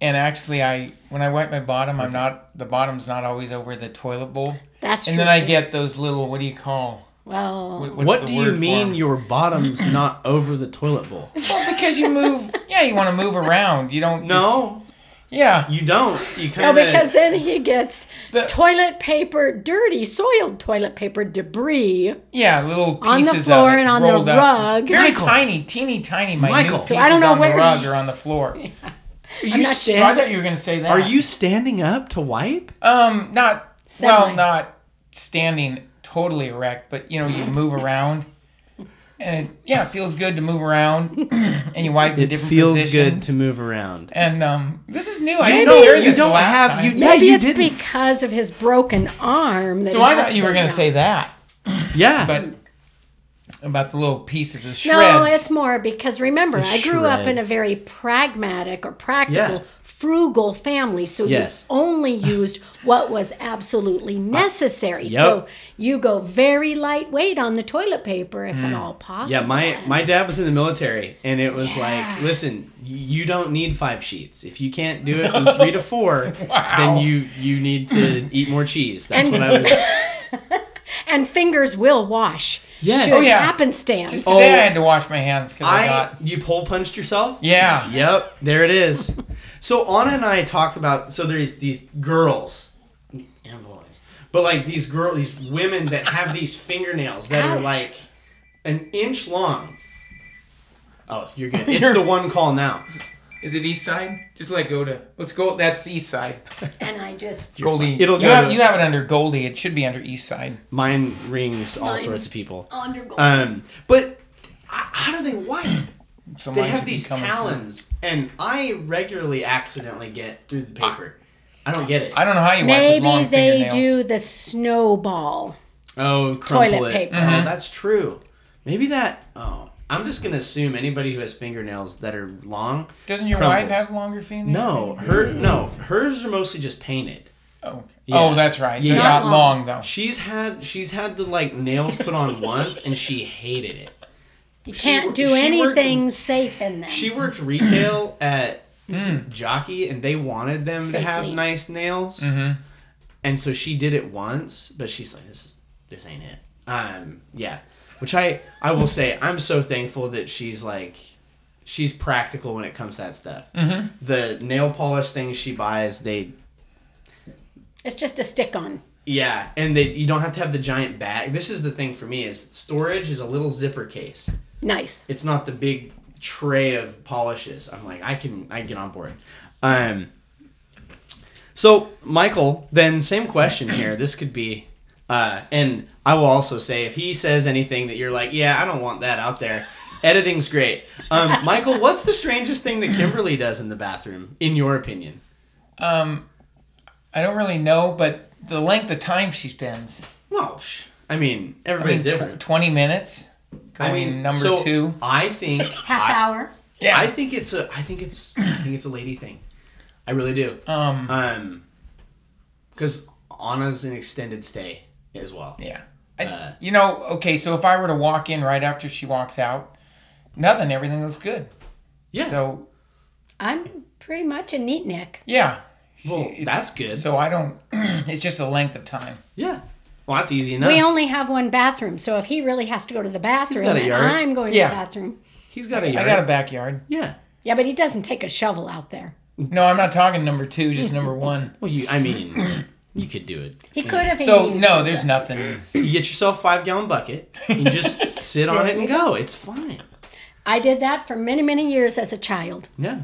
[SPEAKER 1] and actually, I when I wipe my bottom, I'm not the bottom's not always over the toilet bowl,
[SPEAKER 2] That's true.
[SPEAKER 1] and then I get those little what do you call?
[SPEAKER 2] well,
[SPEAKER 1] wh- what's
[SPEAKER 3] what
[SPEAKER 1] the
[SPEAKER 3] do
[SPEAKER 1] word
[SPEAKER 3] you
[SPEAKER 1] for
[SPEAKER 3] mean
[SPEAKER 1] 'em?
[SPEAKER 3] your bottom's not over the toilet bowl?
[SPEAKER 1] Well, because you move. Yeah, you want to move around. You don't.
[SPEAKER 3] No,
[SPEAKER 1] just- yeah.
[SPEAKER 3] you don't. You kind
[SPEAKER 2] No,
[SPEAKER 3] of
[SPEAKER 2] Oh, because then he gets
[SPEAKER 1] The-
[SPEAKER 2] toilet paper, dirty, soiled toilet paper debris.
[SPEAKER 1] Yeah. Little pieces
[SPEAKER 2] On the
[SPEAKER 1] of
[SPEAKER 2] floor
[SPEAKER 1] it
[SPEAKER 2] and on the
[SPEAKER 1] rolled up.
[SPEAKER 2] rug.
[SPEAKER 1] Very
[SPEAKER 3] Michael.
[SPEAKER 1] tiny, teeny tiny. My
[SPEAKER 3] Michael.
[SPEAKER 1] pieces
[SPEAKER 3] So
[SPEAKER 2] I don't know
[SPEAKER 1] on
[SPEAKER 2] where-
[SPEAKER 1] the rug or on the floor.
[SPEAKER 3] are you
[SPEAKER 2] not sure.
[SPEAKER 1] So I
[SPEAKER 3] standing?
[SPEAKER 1] thought you were gonna say that.
[SPEAKER 3] Are you standing up to wipe?
[SPEAKER 1] Um, not well,
[SPEAKER 2] Semi.
[SPEAKER 1] not standing totally erect, but you know, you move around, and it, yeah, it feels good to move around, and you wipe in
[SPEAKER 3] It
[SPEAKER 1] different
[SPEAKER 3] feels
[SPEAKER 1] positions.
[SPEAKER 3] good to move around.
[SPEAKER 1] And um, this is new. I
[SPEAKER 3] You
[SPEAKER 1] didn't
[SPEAKER 3] don't-
[SPEAKER 1] hear
[SPEAKER 3] you
[SPEAKER 1] this
[SPEAKER 3] don't
[SPEAKER 1] the last
[SPEAKER 3] have-
[SPEAKER 1] time.
[SPEAKER 3] you- Yeah,
[SPEAKER 2] Maybe it's
[SPEAKER 3] didn't.
[SPEAKER 2] because of his broken arm. That
[SPEAKER 1] so
[SPEAKER 2] he
[SPEAKER 1] I
[SPEAKER 2] has
[SPEAKER 1] thought you
[SPEAKER 2] to
[SPEAKER 1] were gonna
[SPEAKER 2] know.
[SPEAKER 1] say that,
[SPEAKER 3] Yeah,
[SPEAKER 1] but about the little pieces of shreds.
[SPEAKER 2] No, it's more because remember,
[SPEAKER 3] The
[SPEAKER 2] I grew up in a
[SPEAKER 3] shreds.
[SPEAKER 2] very pragmatic or practical,
[SPEAKER 3] Yeah.
[SPEAKER 2] frugal family. So
[SPEAKER 3] Yes. Uh,
[SPEAKER 2] you only used what was absolutely necessary.
[SPEAKER 3] yep.
[SPEAKER 2] So you go very lightweight on the toilet paper, if at all possible.
[SPEAKER 3] Mm. yeah. My
[SPEAKER 2] And-
[SPEAKER 3] my dad was in the military, and it was like, listen, you don't need five sheets. If you can't do it in three to four,
[SPEAKER 1] Wow.
[SPEAKER 3] then you you need to eat more cheese. That's what I was.
[SPEAKER 2] and fingers will wash.
[SPEAKER 3] Yes.
[SPEAKER 2] Should
[SPEAKER 3] Oh,
[SPEAKER 1] yeah.
[SPEAKER 2] happenstance.
[SPEAKER 1] Just
[SPEAKER 3] Oh.
[SPEAKER 1] today I had to wash my hands because I,
[SPEAKER 3] I
[SPEAKER 1] got
[SPEAKER 3] you pole punched yourself.
[SPEAKER 1] yeah.
[SPEAKER 3] Yep, there it is. So Anna and I talked about so there's these girls and boys, but like these girl, these women that have these fingernails that are
[SPEAKER 2] Ouch.
[SPEAKER 3] like an inch long. Oh, you're good. It's
[SPEAKER 1] You're-
[SPEAKER 3] the one call now.
[SPEAKER 1] Is it East Side? Just let go to let's go. That's East Side.
[SPEAKER 2] and I just
[SPEAKER 1] Goldie.
[SPEAKER 3] It'll
[SPEAKER 1] you
[SPEAKER 3] go
[SPEAKER 1] have
[SPEAKER 3] to-
[SPEAKER 1] you have it under Goldie. It should be under East Side.
[SPEAKER 3] Mine rings all
[SPEAKER 2] Mine.
[SPEAKER 3] sorts of people.
[SPEAKER 2] undergo.
[SPEAKER 3] Um, but h- how do they wipe?
[SPEAKER 1] So
[SPEAKER 3] They
[SPEAKER 1] mine
[SPEAKER 3] have
[SPEAKER 1] should be
[SPEAKER 3] these
[SPEAKER 1] coming through.
[SPEAKER 3] talons, and I regularly accidentally get through the paper. I don't get it.
[SPEAKER 1] I don't know how you wipe with
[SPEAKER 2] Maybe
[SPEAKER 1] long
[SPEAKER 2] they
[SPEAKER 1] fingernails.
[SPEAKER 2] do the snowball.
[SPEAKER 3] Oh, crumple
[SPEAKER 2] Toilet
[SPEAKER 3] it.
[SPEAKER 2] paper.
[SPEAKER 1] Mm-hmm.
[SPEAKER 3] Oh, that's true. Maybe that. Oh, I'm just gonna assume anybody who has fingernails that are long.
[SPEAKER 1] Doesn't your wife
[SPEAKER 3] crumbles.
[SPEAKER 1] have longer fingernails?
[SPEAKER 3] No, her no, hers are mostly just painted.
[SPEAKER 1] Oh,
[SPEAKER 3] Yeah.
[SPEAKER 1] oh that's right.
[SPEAKER 3] Yeah.
[SPEAKER 1] They're not,
[SPEAKER 2] Not long.
[SPEAKER 1] long though.
[SPEAKER 3] She's had she's had the like nails put on once, and she hated it.
[SPEAKER 2] You
[SPEAKER 3] She
[SPEAKER 2] can't
[SPEAKER 3] wor-
[SPEAKER 2] do
[SPEAKER 3] she worked-
[SPEAKER 2] anything safe in them.
[SPEAKER 3] She worked retail at Jockey, and they wanted them to have
[SPEAKER 2] Safely.
[SPEAKER 3] nice nails,
[SPEAKER 1] Mhm.
[SPEAKER 3] and so she did it once, but she's like, "This, this ain't it." Um, yeah, which I I will say, I'm so thankful that she's like, she's practical when it comes to that stuff. The nail polish things she buys, they
[SPEAKER 2] it's just a stick on.
[SPEAKER 3] yeah, and they you don't have to have the giant bag. This is the thing for me is storage is a little zipper case
[SPEAKER 2] Nice.
[SPEAKER 3] it's not the big tray of polishes. I'm like, I can I can get on board. Um so Michael, then same question here. This could be uh and I will also say if he says anything that you're like, yeah, I don't want that out there, Editing's great. Um, Michael, what's the strangest thing that Kimberly does in the bathroom, in your opinion?
[SPEAKER 1] I don't really know, but the length of time she spends.
[SPEAKER 3] Well, psh, I mean,
[SPEAKER 1] I mean,
[SPEAKER 3] everybody's
[SPEAKER 1] tw-
[SPEAKER 3] different.
[SPEAKER 1] twenty minutes. Going
[SPEAKER 3] I mean,
[SPEAKER 1] number
[SPEAKER 3] so
[SPEAKER 1] two.
[SPEAKER 3] I think
[SPEAKER 2] Half
[SPEAKER 3] I-
[SPEAKER 2] hour.
[SPEAKER 1] Yeah.
[SPEAKER 3] I think it's a. I think it's. I think it's a lady thing. I really do.
[SPEAKER 1] um.
[SPEAKER 3] Um, because Anna's an extended stay as well.
[SPEAKER 1] Yeah. I,
[SPEAKER 3] Uh,
[SPEAKER 1] you know. Okay. So if I were to walk in right after she walks out, nothing. Everything looks good.
[SPEAKER 3] Yeah.
[SPEAKER 1] So
[SPEAKER 2] I'm pretty much a neat neck.
[SPEAKER 1] yeah.
[SPEAKER 3] Well,
[SPEAKER 1] it's-
[SPEAKER 3] that's good.
[SPEAKER 1] So I don't. it's just the length of time.
[SPEAKER 3] yeah. Well, that's easy enough.
[SPEAKER 2] We only have one bathroom, so if he really has to go to the bathroom,
[SPEAKER 3] got a yard.
[SPEAKER 2] I'm going
[SPEAKER 1] Yeah.
[SPEAKER 2] to the bathroom.
[SPEAKER 3] He's got a yard.
[SPEAKER 1] I got a backyard.
[SPEAKER 3] yeah.
[SPEAKER 2] Yeah, but he doesn't take a shovel out there.
[SPEAKER 1] No, I'm not talking number two. Just number one.
[SPEAKER 3] Well, you. I mean, you could do it.
[SPEAKER 2] He could have.
[SPEAKER 1] So no, there's nothing.
[SPEAKER 3] You get yourself five gallon bucket and just sit on it and go. It's fine.
[SPEAKER 2] I did that for many, many years as a child.
[SPEAKER 3] Yeah.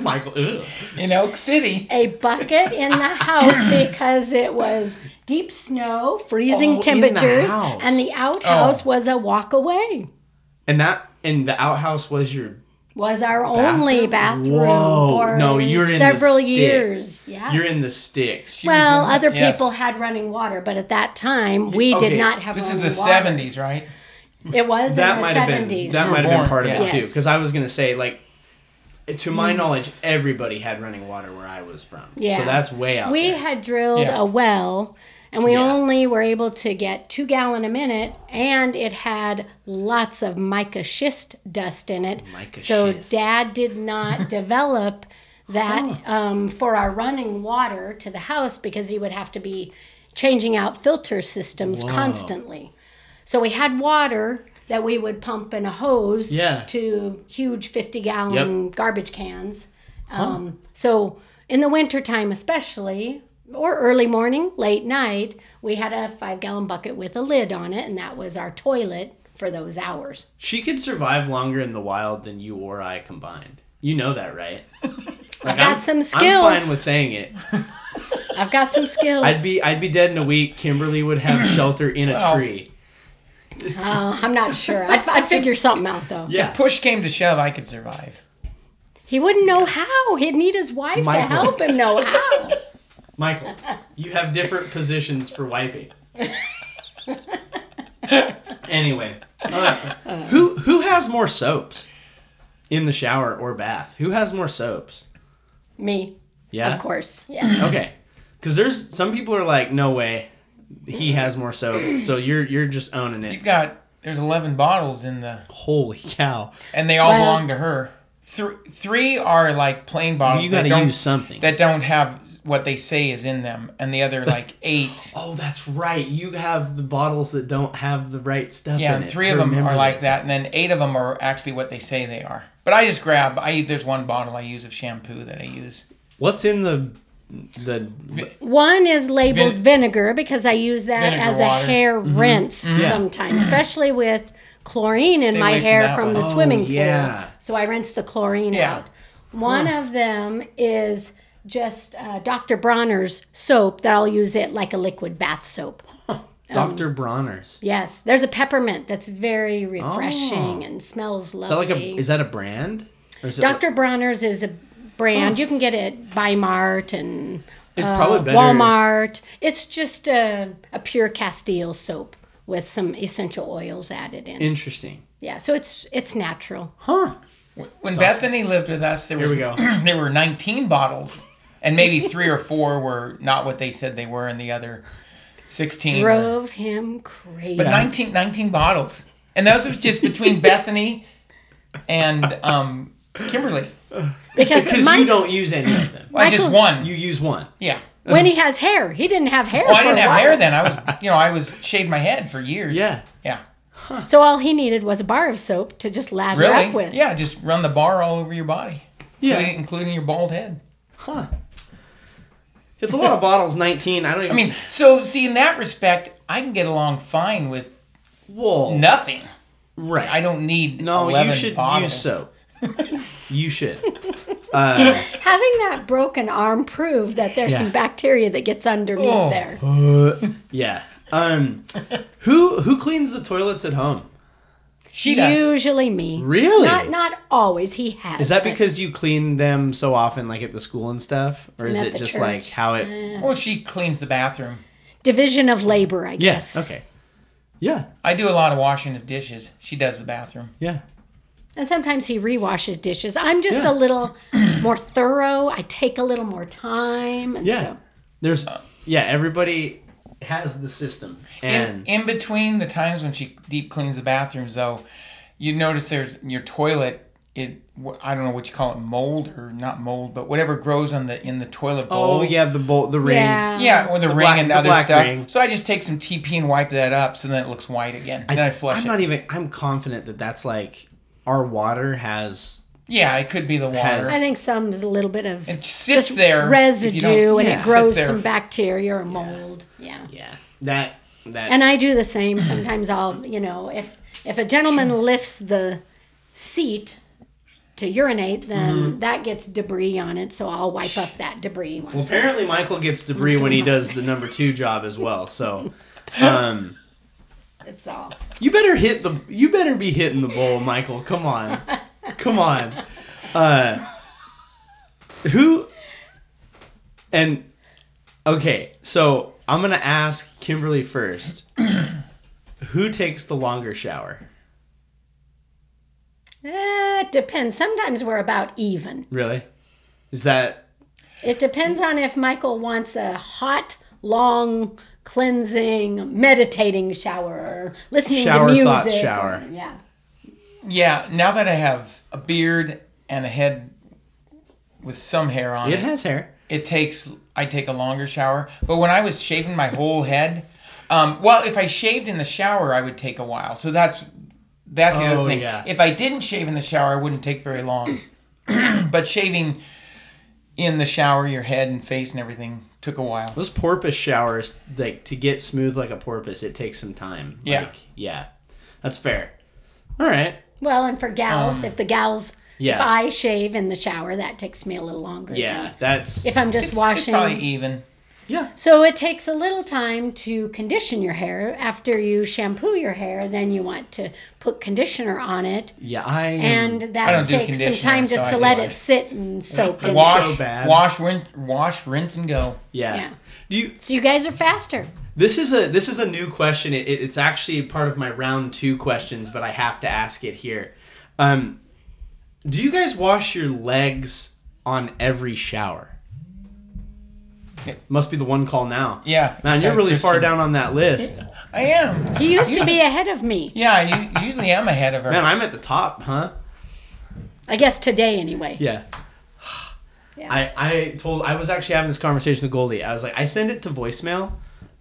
[SPEAKER 3] Michael. Ugh.
[SPEAKER 1] In Oak City.
[SPEAKER 2] A bucket in the house because it was deep snow, freezing
[SPEAKER 3] Oh, in the
[SPEAKER 2] temperatures,
[SPEAKER 3] house. Oh.
[SPEAKER 2] and the outhouse was a walk away.
[SPEAKER 3] And that and the outhouse was your
[SPEAKER 2] Was our only bathroom
[SPEAKER 3] Whoa.
[SPEAKER 2] for
[SPEAKER 3] no, you're in
[SPEAKER 2] several
[SPEAKER 3] the sticks.
[SPEAKER 2] years. Yeah.
[SPEAKER 3] You're in the sticks.
[SPEAKER 1] She was
[SPEAKER 2] well,
[SPEAKER 1] in-
[SPEAKER 2] other
[SPEAKER 1] yes.
[SPEAKER 2] people had running water, but at that time we
[SPEAKER 3] okay,
[SPEAKER 2] did not have.
[SPEAKER 1] This is
[SPEAKER 2] running
[SPEAKER 1] the
[SPEAKER 2] water.
[SPEAKER 1] '70s, right?
[SPEAKER 2] It was in
[SPEAKER 3] that
[SPEAKER 2] the
[SPEAKER 3] might have been
[SPEAKER 2] seventies.
[SPEAKER 3] that
[SPEAKER 1] You were
[SPEAKER 3] might have been
[SPEAKER 1] born,
[SPEAKER 3] part of
[SPEAKER 1] yeah.
[SPEAKER 3] it too
[SPEAKER 2] Yes.
[SPEAKER 3] because i was going to say like to my knowledge everybody had running water where i was from so
[SPEAKER 2] Mm. Yeah.
[SPEAKER 3] that's way out
[SPEAKER 2] we
[SPEAKER 3] there.
[SPEAKER 2] had drilled
[SPEAKER 1] Yeah.
[SPEAKER 2] a well, and we
[SPEAKER 3] Yeah.
[SPEAKER 2] only were able to get two gallon a minute, and it had lots of mica schist dust in it.
[SPEAKER 3] Mica
[SPEAKER 2] so
[SPEAKER 3] schist. Oh.
[SPEAKER 2] Dad did not develop that um, for our running water to the house because he would have to be changing out filter systems constantly. So we had water that we would pump in a hose
[SPEAKER 3] Yeah.
[SPEAKER 2] to huge 50 gallon garbage cans. Um, So in the wintertime, especially, or early morning, late night, we had a five gallon bucket with a lid on it, and that was our toilet for those hours.
[SPEAKER 3] she could survive longer in the wild than you or i combined you know that right Like,
[SPEAKER 2] got
[SPEAKER 3] I'm-
[SPEAKER 2] some
[SPEAKER 3] i'm
[SPEAKER 2] skills.
[SPEAKER 3] fine with saying it
[SPEAKER 2] I've got some skills.
[SPEAKER 3] i'd be i'd be dead in a week kimberly would have shelter in a
[SPEAKER 1] Well.
[SPEAKER 3] tree
[SPEAKER 2] Uh, I'm not sure. I'd, I'd figure something out though.
[SPEAKER 3] yeah
[SPEAKER 1] Push came to shove, I could survive.
[SPEAKER 2] He wouldn't know how. He'd need his wife
[SPEAKER 3] Michael.
[SPEAKER 2] to help him know how.
[SPEAKER 3] michael you have different positions for wiping anyway uh, who who has more soaps in the shower or bath who has more soaps
[SPEAKER 2] Me,
[SPEAKER 3] yeah
[SPEAKER 2] of course. Yeah.
[SPEAKER 3] okay because there's some people are like no way he has more soap so you're you're just owning
[SPEAKER 1] You've
[SPEAKER 3] it
[SPEAKER 1] got there's 11 bottles in the,
[SPEAKER 3] holy cow
[SPEAKER 1] and they all
[SPEAKER 2] Well-
[SPEAKER 1] belong to her. Three, three are like plain bottles.
[SPEAKER 3] you
[SPEAKER 1] that
[SPEAKER 3] gotta
[SPEAKER 1] Um, don't-
[SPEAKER 3] use something
[SPEAKER 1] that don't have what they say is in them, and the other like eight.
[SPEAKER 3] oh that's right you have the bottles that don't have the right stuff
[SPEAKER 1] yeah,
[SPEAKER 3] in
[SPEAKER 1] and
[SPEAKER 3] it.
[SPEAKER 1] three
[SPEAKER 3] I
[SPEAKER 1] of them
[SPEAKER 3] remember
[SPEAKER 1] are like
[SPEAKER 3] this.
[SPEAKER 1] that, and then eight of them are actually what they say they are. But I just grab. I there's one bottle I use of shampoo that I use.
[SPEAKER 3] what's in the the
[SPEAKER 2] One is labeled vinegar because I use that
[SPEAKER 1] Vinegar
[SPEAKER 2] as
[SPEAKER 1] water. Mm-hmm.
[SPEAKER 2] a hair rinse
[SPEAKER 3] Yeah.
[SPEAKER 2] sometimes, especially with chlorine in
[SPEAKER 1] Stay
[SPEAKER 2] my
[SPEAKER 1] away from
[SPEAKER 2] hair
[SPEAKER 1] that
[SPEAKER 2] from, the
[SPEAKER 1] one.
[SPEAKER 3] Oh,
[SPEAKER 2] swimming pool.
[SPEAKER 3] yeah.
[SPEAKER 2] So I rinse the chlorine
[SPEAKER 1] Yeah.
[SPEAKER 2] out. One of them is just uh, Dr. Bronner's soap that I'll use it like a liquid bath soap.
[SPEAKER 3] dr
[SPEAKER 2] Um,
[SPEAKER 3] bronner's is
[SPEAKER 2] Yes, there's a peppermint that's very refreshing and smells
[SPEAKER 3] that
[SPEAKER 2] lovely.
[SPEAKER 3] like a Oh. is that a brand or is it
[SPEAKER 2] Dr. Bronner's is a brand. You can get it at Bimart and
[SPEAKER 3] it's
[SPEAKER 2] uh,
[SPEAKER 3] probably better
[SPEAKER 2] Walmart. It's just a, a pure Castile soap with some essential oils added in.
[SPEAKER 3] interesting
[SPEAKER 2] yeah, so it's it's natural.
[SPEAKER 3] huh
[SPEAKER 1] When Bethany lived with us, there was
[SPEAKER 3] we go.
[SPEAKER 1] there were 19 bottles, and maybe three or four were not what they said they were, and the other 16. were-
[SPEAKER 2] Drove him crazy.
[SPEAKER 1] But 19, 19 bottles. And those was just between Bethany and um, Kimberly.
[SPEAKER 2] because
[SPEAKER 3] because
[SPEAKER 2] my,
[SPEAKER 3] you don't use any of them
[SPEAKER 1] Well, I just
[SPEAKER 2] Michael-
[SPEAKER 1] one.
[SPEAKER 3] you use one
[SPEAKER 1] yeah.
[SPEAKER 2] when he has hair, he didn't have hair.
[SPEAKER 1] Well, Oh, I
[SPEAKER 2] for
[SPEAKER 1] didn't
[SPEAKER 2] a
[SPEAKER 1] have
[SPEAKER 2] while.
[SPEAKER 1] hair then. I was, you know, I was shaved my head for years.
[SPEAKER 3] yeah
[SPEAKER 1] Yeah.
[SPEAKER 2] So all he needed was a bar of soap to just lather up with.
[SPEAKER 1] Really? Yeah. Just run the bar all over your body,
[SPEAKER 3] yeah
[SPEAKER 1] including, including your bald head.
[SPEAKER 3] Huh. It's a lot of bottles. Nineteen. I don't even.
[SPEAKER 1] I mean, so see, in that respect, I can get along fine with
[SPEAKER 3] whoa.
[SPEAKER 1] nothing.
[SPEAKER 3] right.
[SPEAKER 1] I don't need
[SPEAKER 3] no,
[SPEAKER 1] 11
[SPEAKER 3] you should
[SPEAKER 1] bottles.
[SPEAKER 3] use soap. you should.
[SPEAKER 2] Having that broken arm proved that there's
[SPEAKER 3] Yeah.
[SPEAKER 2] some bacteria that gets underneath
[SPEAKER 1] Oh.
[SPEAKER 2] there.
[SPEAKER 3] Yeah. Um. Who who cleans the toilets at home?
[SPEAKER 1] She does.
[SPEAKER 2] Usually me.
[SPEAKER 3] Really?
[SPEAKER 2] Not not always. He has.
[SPEAKER 3] Is that
[SPEAKER 2] but-
[SPEAKER 3] because you clean them so often, like at the school and stuff, or is
[SPEAKER 2] at
[SPEAKER 3] it
[SPEAKER 2] the
[SPEAKER 3] just
[SPEAKER 2] church. Uh,
[SPEAKER 3] like how it?
[SPEAKER 1] Well, she cleans the bathroom.
[SPEAKER 2] division of labor? I guess.
[SPEAKER 3] Yes. Okay. Yeah.
[SPEAKER 1] I do a lot of washing of dishes. She does the bathroom.
[SPEAKER 3] Yeah.
[SPEAKER 2] And sometimes he rewashes dishes. I'm just
[SPEAKER 3] Yeah.
[SPEAKER 2] a little more thorough. I take a little more time. And
[SPEAKER 3] Yeah.
[SPEAKER 2] So,
[SPEAKER 3] There's.
[SPEAKER 1] Uh,
[SPEAKER 3] Yeah. Everybody has the system,
[SPEAKER 1] In,
[SPEAKER 3] and
[SPEAKER 1] in between the times when she deep cleans the bathrooms, though, you notice there's your toilet. It wh- I don't know what you call it, mold or not mold, but whatever grows on the in the toilet bowl.
[SPEAKER 3] oh yeah, the bowl, the ring.
[SPEAKER 2] yeah.
[SPEAKER 1] Yeah, or the, ring
[SPEAKER 3] black-
[SPEAKER 1] and
[SPEAKER 3] the
[SPEAKER 1] other
[SPEAKER 3] black
[SPEAKER 1] stuff.
[SPEAKER 3] ring.
[SPEAKER 1] So I just take some TP and wipe that up, so then it looks white again. then I flush
[SPEAKER 3] am
[SPEAKER 1] it.
[SPEAKER 3] not even. I'm confident that that's like our water has.
[SPEAKER 1] yeah, it could be the water.
[SPEAKER 3] e- Has-
[SPEAKER 2] I think some's a little bit of
[SPEAKER 1] it sits
[SPEAKER 2] just
[SPEAKER 1] there. if you don't-
[SPEAKER 2] residue and
[SPEAKER 1] yeah,
[SPEAKER 2] it
[SPEAKER 1] sits
[SPEAKER 2] grows
[SPEAKER 1] there.
[SPEAKER 2] some bacteria or mold. Yeah.
[SPEAKER 3] Yeah. That. That.
[SPEAKER 2] And I do the same. Sometimes I'll, you know, if if a gentleman lifts the seat to urinate, then
[SPEAKER 3] Mm-hmm.
[SPEAKER 2] that gets debris on it, so I'll wipe up that debris.
[SPEAKER 3] Well, apparently Michael gets debris when he does the number two job as well. So, um,
[SPEAKER 2] It's all.
[SPEAKER 3] you better hit the. You better be hitting the bowl, Michael. Come on, come on. Uh, who? And okay, so I'm gonna ask Kimberly first. who takes the longer shower?
[SPEAKER 2] Eh, It depends. Sometimes we're about even.
[SPEAKER 3] Really? Is that
[SPEAKER 2] It depends on if Michael wants a hot, long, cleansing, meditating shower or listening
[SPEAKER 3] Shower,
[SPEAKER 2] to music.
[SPEAKER 3] thought
[SPEAKER 2] or-
[SPEAKER 3] shower.
[SPEAKER 2] yeah.
[SPEAKER 1] Yeah, now that I have a beard and a head with some hair on
[SPEAKER 3] it
[SPEAKER 1] it,
[SPEAKER 3] has hair?
[SPEAKER 1] it takes I take a longer shower. But when I was shaving my whole head, um, well, if I shaved in the shower, I would take a while. So that's that's the
[SPEAKER 3] Oh,
[SPEAKER 1] other thing.
[SPEAKER 3] yeah.
[SPEAKER 1] If I didn't shave in the shower, I wouldn't take very long. but shaving in the shower, your head and face and everything took a while.
[SPEAKER 3] Those porpoise showers, like to get smooth like a porpoise, it takes some time.
[SPEAKER 1] Yeah.
[SPEAKER 3] Like, yeah. That's fair. All right.
[SPEAKER 2] Well, and for gals, if the gals, if
[SPEAKER 3] Uh, yeah.
[SPEAKER 2] I shave in the shower, that takes me a little longer.
[SPEAKER 3] Yeah,
[SPEAKER 2] than
[SPEAKER 3] that's
[SPEAKER 2] If I'm just
[SPEAKER 1] It's, it's
[SPEAKER 2] washing.
[SPEAKER 1] probably e- even.
[SPEAKER 3] yeah.
[SPEAKER 2] so it takes a little time to condition your hair. After you shampoo your hair, then you want to put conditioner on it.
[SPEAKER 3] Yeah, I am-
[SPEAKER 2] And
[SPEAKER 1] I don't
[SPEAKER 2] that
[SPEAKER 1] do
[SPEAKER 2] takes some
[SPEAKER 1] conditioner,
[SPEAKER 2] time
[SPEAKER 1] so
[SPEAKER 2] just
[SPEAKER 1] I
[SPEAKER 2] to let
[SPEAKER 1] just-
[SPEAKER 2] it sit and soak. and
[SPEAKER 3] Wash-
[SPEAKER 1] Wash,
[SPEAKER 3] bad.
[SPEAKER 1] wash, rinse, wash, rinse, and go.
[SPEAKER 3] yeah.
[SPEAKER 2] yeah.
[SPEAKER 3] Do you
[SPEAKER 2] So you guys are faster.
[SPEAKER 3] this is a this is a new question. It, it, it's actually part of my round two questions, but I have to ask it here. Um do you guys wash your legs on every shower?
[SPEAKER 1] Yeah.
[SPEAKER 3] Must be the one call now.
[SPEAKER 1] Yeah,
[SPEAKER 3] Man, you're
[SPEAKER 1] besides
[SPEAKER 3] really far
[SPEAKER 1] Christian.
[SPEAKER 3] down on that list.
[SPEAKER 1] I am.
[SPEAKER 2] He used to be ahead of me.
[SPEAKER 1] Yeah, I u- usually am ahead of her.
[SPEAKER 3] Man, I'm at the top, huh?
[SPEAKER 2] I guess today anyway.
[SPEAKER 3] Yeah.
[SPEAKER 2] Yeah.
[SPEAKER 3] I, I told I was actually having this conversation with Goldie. I was like, I send it to voicemail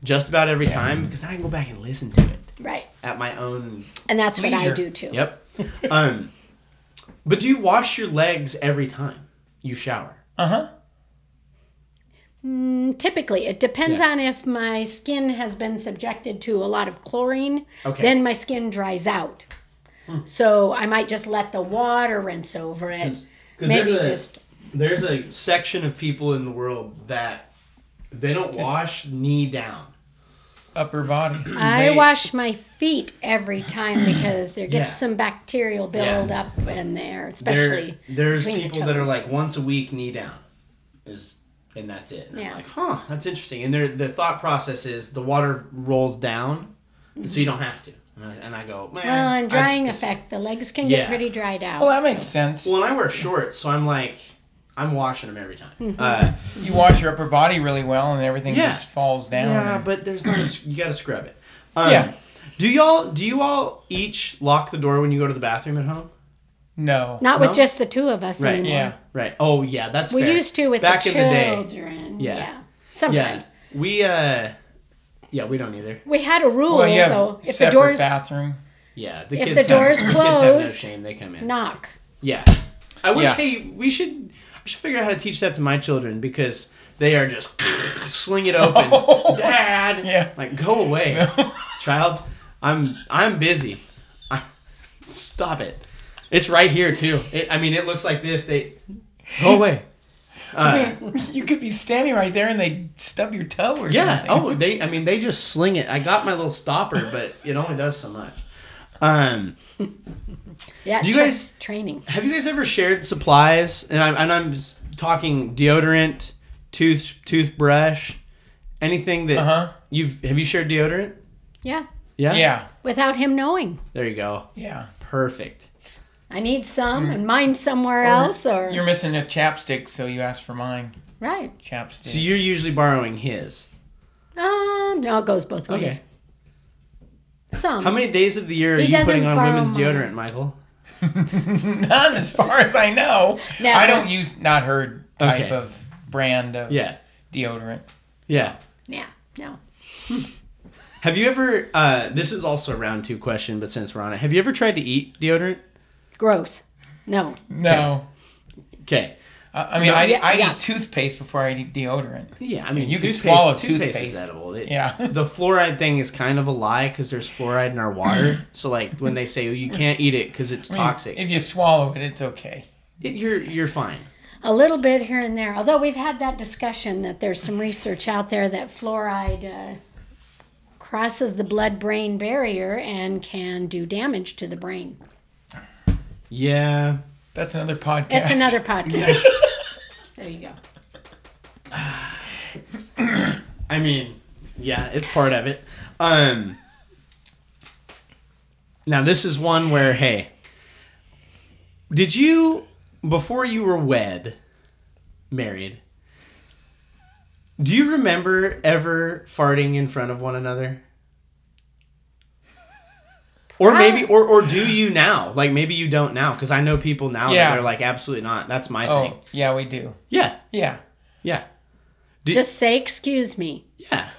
[SPEAKER 3] just about every time because then I can go back and listen to it
[SPEAKER 2] Right.
[SPEAKER 3] at my own.
[SPEAKER 2] And that's what I
[SPEAKER 1] Leisure.
[SPEAKER 2] do too.
[SPEAKER 3] Yep. um, but do you wash your legs every time you shower?
[SPEAKER 1] Uh huh.
[SPEAKER 2] Mm, Typically, it depends
[SPEAKER 3] Yeah.
[SPEAKER 2] on if my skin has been subjected to a lot of chlorine.
[SPEAKER 3] Okay. Hmm.
[SPEAKER 2] Then my skin dries out. So I might just let the water rinse over it.
[SPEAKER 3] 'cause
[SPEAKER 2] Maybe
[SPEAKER 3] there's a-
[SPEAKER 2] just
[SPEAKER 3] There's a section of people in the world that they don't wash knee down.
[SPEAKER 1] Upper body.
[SPEAKER 2] I
[SPEAKER 3] they-
[SPEAKER 2] wash my feet every time because there gets
[SPEAKER 3] Yeah.
[SPEAKER 2] some bacterial buildup in there, especially.
[SPEAKER 3] there, there's
[SPEAKER 2] between your
[SPEAKER 3] people that are
[SPEAKER 2] toes.
[SPEAKER 3] like once a week knee down is and that's it and
[SPEAKER 2] Yeah.
[SPEAKER 3] i'm like huh that's interesting and their the thought process is the water rolls down and so you don't have to and i, and I go man
[SPEAKER 2] Mm-hmm. Well, and drying
[SPEAKER 3] I,
[SPEAKER 2] effect, the legs can
[SPEAKER 3] Yeah.
[SPEAKER 2] get pretty dried out.
[SPEAKER 1] Well, that makes sense.
[SPEAKER 3] well and i wear shorts so i'm like i'm washing them every time
[SPEAKER 2] Mm-hmm.
[SPEAKER 3] uh,
[SPEAKER 1] You wash your upper body really well, and everything
[SPEAKER 3] Yeah.
[SPEAKER 1] just falls down.
[SPEAKER 3] yeah
[SPEAKER 1] and-
[SPEAKER 3] but there's no you gotta scrub it um,
[SPEAKER 1] Yeah.
[SPEAKER 3] do y'all do you all each lock the door when you go to the bathroom at home
[SPEAKER 1] no.
[SPEAKER 2] Not with
[SPEAKER 3] No?
[SPEAKER 2] just the two of us
[SPEAKER 3] Right.
[SPEAKER 2] anymore.
[SPEAKER 1] Yeah.
[SPEAKER 3] right oh yeah that's
[SPEAKER 2] We
[SPEAKER 3] fair.
[SPEAKER 2] used to with
[SPEAKER 3] back
[SPEAKER 2] the
[SPEAKER 3] in the day
[SPEAKER 2] children.
[SPEAKER 3] Yeah.
[SPEAKER 2] Yeah. Sometimes.
[SPEAKER 3] yeah we uh yeah we don't either
[SPEAKER 2] We had a rule
[SPEAKER 1] Well, you have
[SPEAKER 2] though. If the
[SPEAKER 1] separate
[SPEAKER 2] doors
[SPEAKER 1] bathroom.
[SPEAKER 3] Yeah, the
[SPEAKER 2] If
[SPEAKER 3] kids
[SPEAKER 2] the
[SPEAKER 3] have-
[SPEAKER 2] door's
[SPEAKER 3] kids have no
[SPEAKER 2] closed,
[SPEAKER 3] shame. They come in.
[SPEAKER 2] knock.
[SPEAKER 3] Yeah, I wish.
[SPEAKER 1] Yeah.
[SPEAKER 3] Hey, we should. I should figure out how to teach that to my children because they are just sling it open. Dad,
[SPEAKER 1] Yeah.
[SPEAKER 3] like go away, child. I'm I'm busy. I, stop it. It's right here too. It, I mean, it looks like this. They go away. Uh,
[SPEAKER 1] You could be standing right there, and they stub your toe or
[SPEAKER 3] yeah.
[SPEAKER 1] something.
[SPEAKER 3] Oh, they. I mean, they just sling it. I got my little stopper, but it only does so much. Um,
[SPEAKER 2] Yeah.
[SPEAKER 3] Do you
[SPEAKER 2] tra-
[SPEAKER 3] guys-
[SPEAKER 2] training?
[SPEAKER 3] have you guys ever shared supplies? And I'm, and I'm just talking deodorant, tooth toothbrush, anything that
[SPEAKER 1] Uh-huh.
[SPEAKER 3] you've have you shared deodorant?
[SPEAKER 2] Yeah.
[SPEAKER 3] Oh, Yeah.
[SPEAKER 1] Yeah.
[SPEAKER 2] Without him knowing,
[SPEAKER 3] There you go.
[SPEAKER 1] Yeah.
[SPEAKER 3] Perfect.
[SPEAKER 2] I need some
[SPEAKER 3] Mm-hmm.
[SPEAKER 2] and mine somewhere else or
[SPEAKER 1] You're missing a chapstick, so you asked for mine.
[SPEAKER 2] right.
[SPEAKER 1] Chapstick.
[SPEAKER 3] So you're usually borrowing his.
[SPEAKER 2] Um, no, it goes both
[SPEAKER 3] Okay.
[SPEAKER 2] ways. Some.
[SPEAKER 3] How many days of the year are
[SPEAKER 2] He
[SPEAKER 3] you putting
[SPEAKER 2] doesn't
[SPEAKER 3] on
[SPEAKER 2] borrow
[SPEAKER 3] women's
[SPEAKER 2] mine.
[SPEAKER 3] deodorant, Michael?
[SPEAKER 1] None, as far as I know.
[SPEAKER 2] Never.
[SPEAKER 1] I don't use not her type
[SPEAKER 3] Okay.
[SPEAKER 1] of brand of
[SPEAKER 3] Yeah.
[SPEAKER 1] deodorant.
[SPEAKER 3] Yeah.
[SPEAKER 2] Yeah. No.
[SPEAKER 3] Have you ever? Uh, this is also a round two question, but since we're on it, have you ever tried to eat deodorant?
[SPEAKER 2] Gross. No.
[SPEAKER 1] No.
[SPEAKER 3] Okay.
[SPEAKER 1] I I mean, I,
[SPEAKER 2] yeah,
[SPEAKER 1] I
[SPEAKER 2] yeah.
[SPEAKER 1] eat toothpaste before I eat deodorant.
[SPEAKER 3] Yeah, I mean,
[SPEAKER 1] You can
[SPEAKER 3] toothpaste,
[SPEAKER 1] swallow
[SPEAKER 3] toothpaste,
[SPEAKER 1] toothpaste.
[SPEAKER 3] is edible. It-
[SPEAKER 1] Yeah.
[SPEAKER 3] the fluoride thing is kind of a lie because there's fluoride in our water. so like when they say oh, you can't eat it because it's
[SPEAKER 1] I mean,
[SPEAKER 3] toxic,
[SPEAKER 1] If you swallow it, it's okay.
[SPEAKER 3] it- you're you're fine.
[SPEAKER 2] A little bit here and there. Although we've had that discussion that there's some research out there that fluoride uh, crosses the blood-brain barrier and can do damage to the brain.
[SPEAKER 3] Yeah.
[SPEAKER 1] That's another podcast.
[SPEAKER 2] That's another podcast. there you go.
[SPEAKER 3] I mean, yeah, it's part of it. Um, now this is one where, hey, did you before you were wed, married? Do you remember ever farting in front of one another? Or maybe, or, or do you now? Like maybe you don't now, because I know people now
[SPEAKER 1] Yeah.
[SPEAKER 3] that they're like, absolutely not. That's my thing.
[SPEAKER 1] Oh, yeah, we do.
[SPEAKER 3] Yeah,
[SPEAKER 1] Yeah.
[SPEAKER 3] yeah,
[SPEAKER 2] Just say excuse me.
[SPEAKER 3] yeah,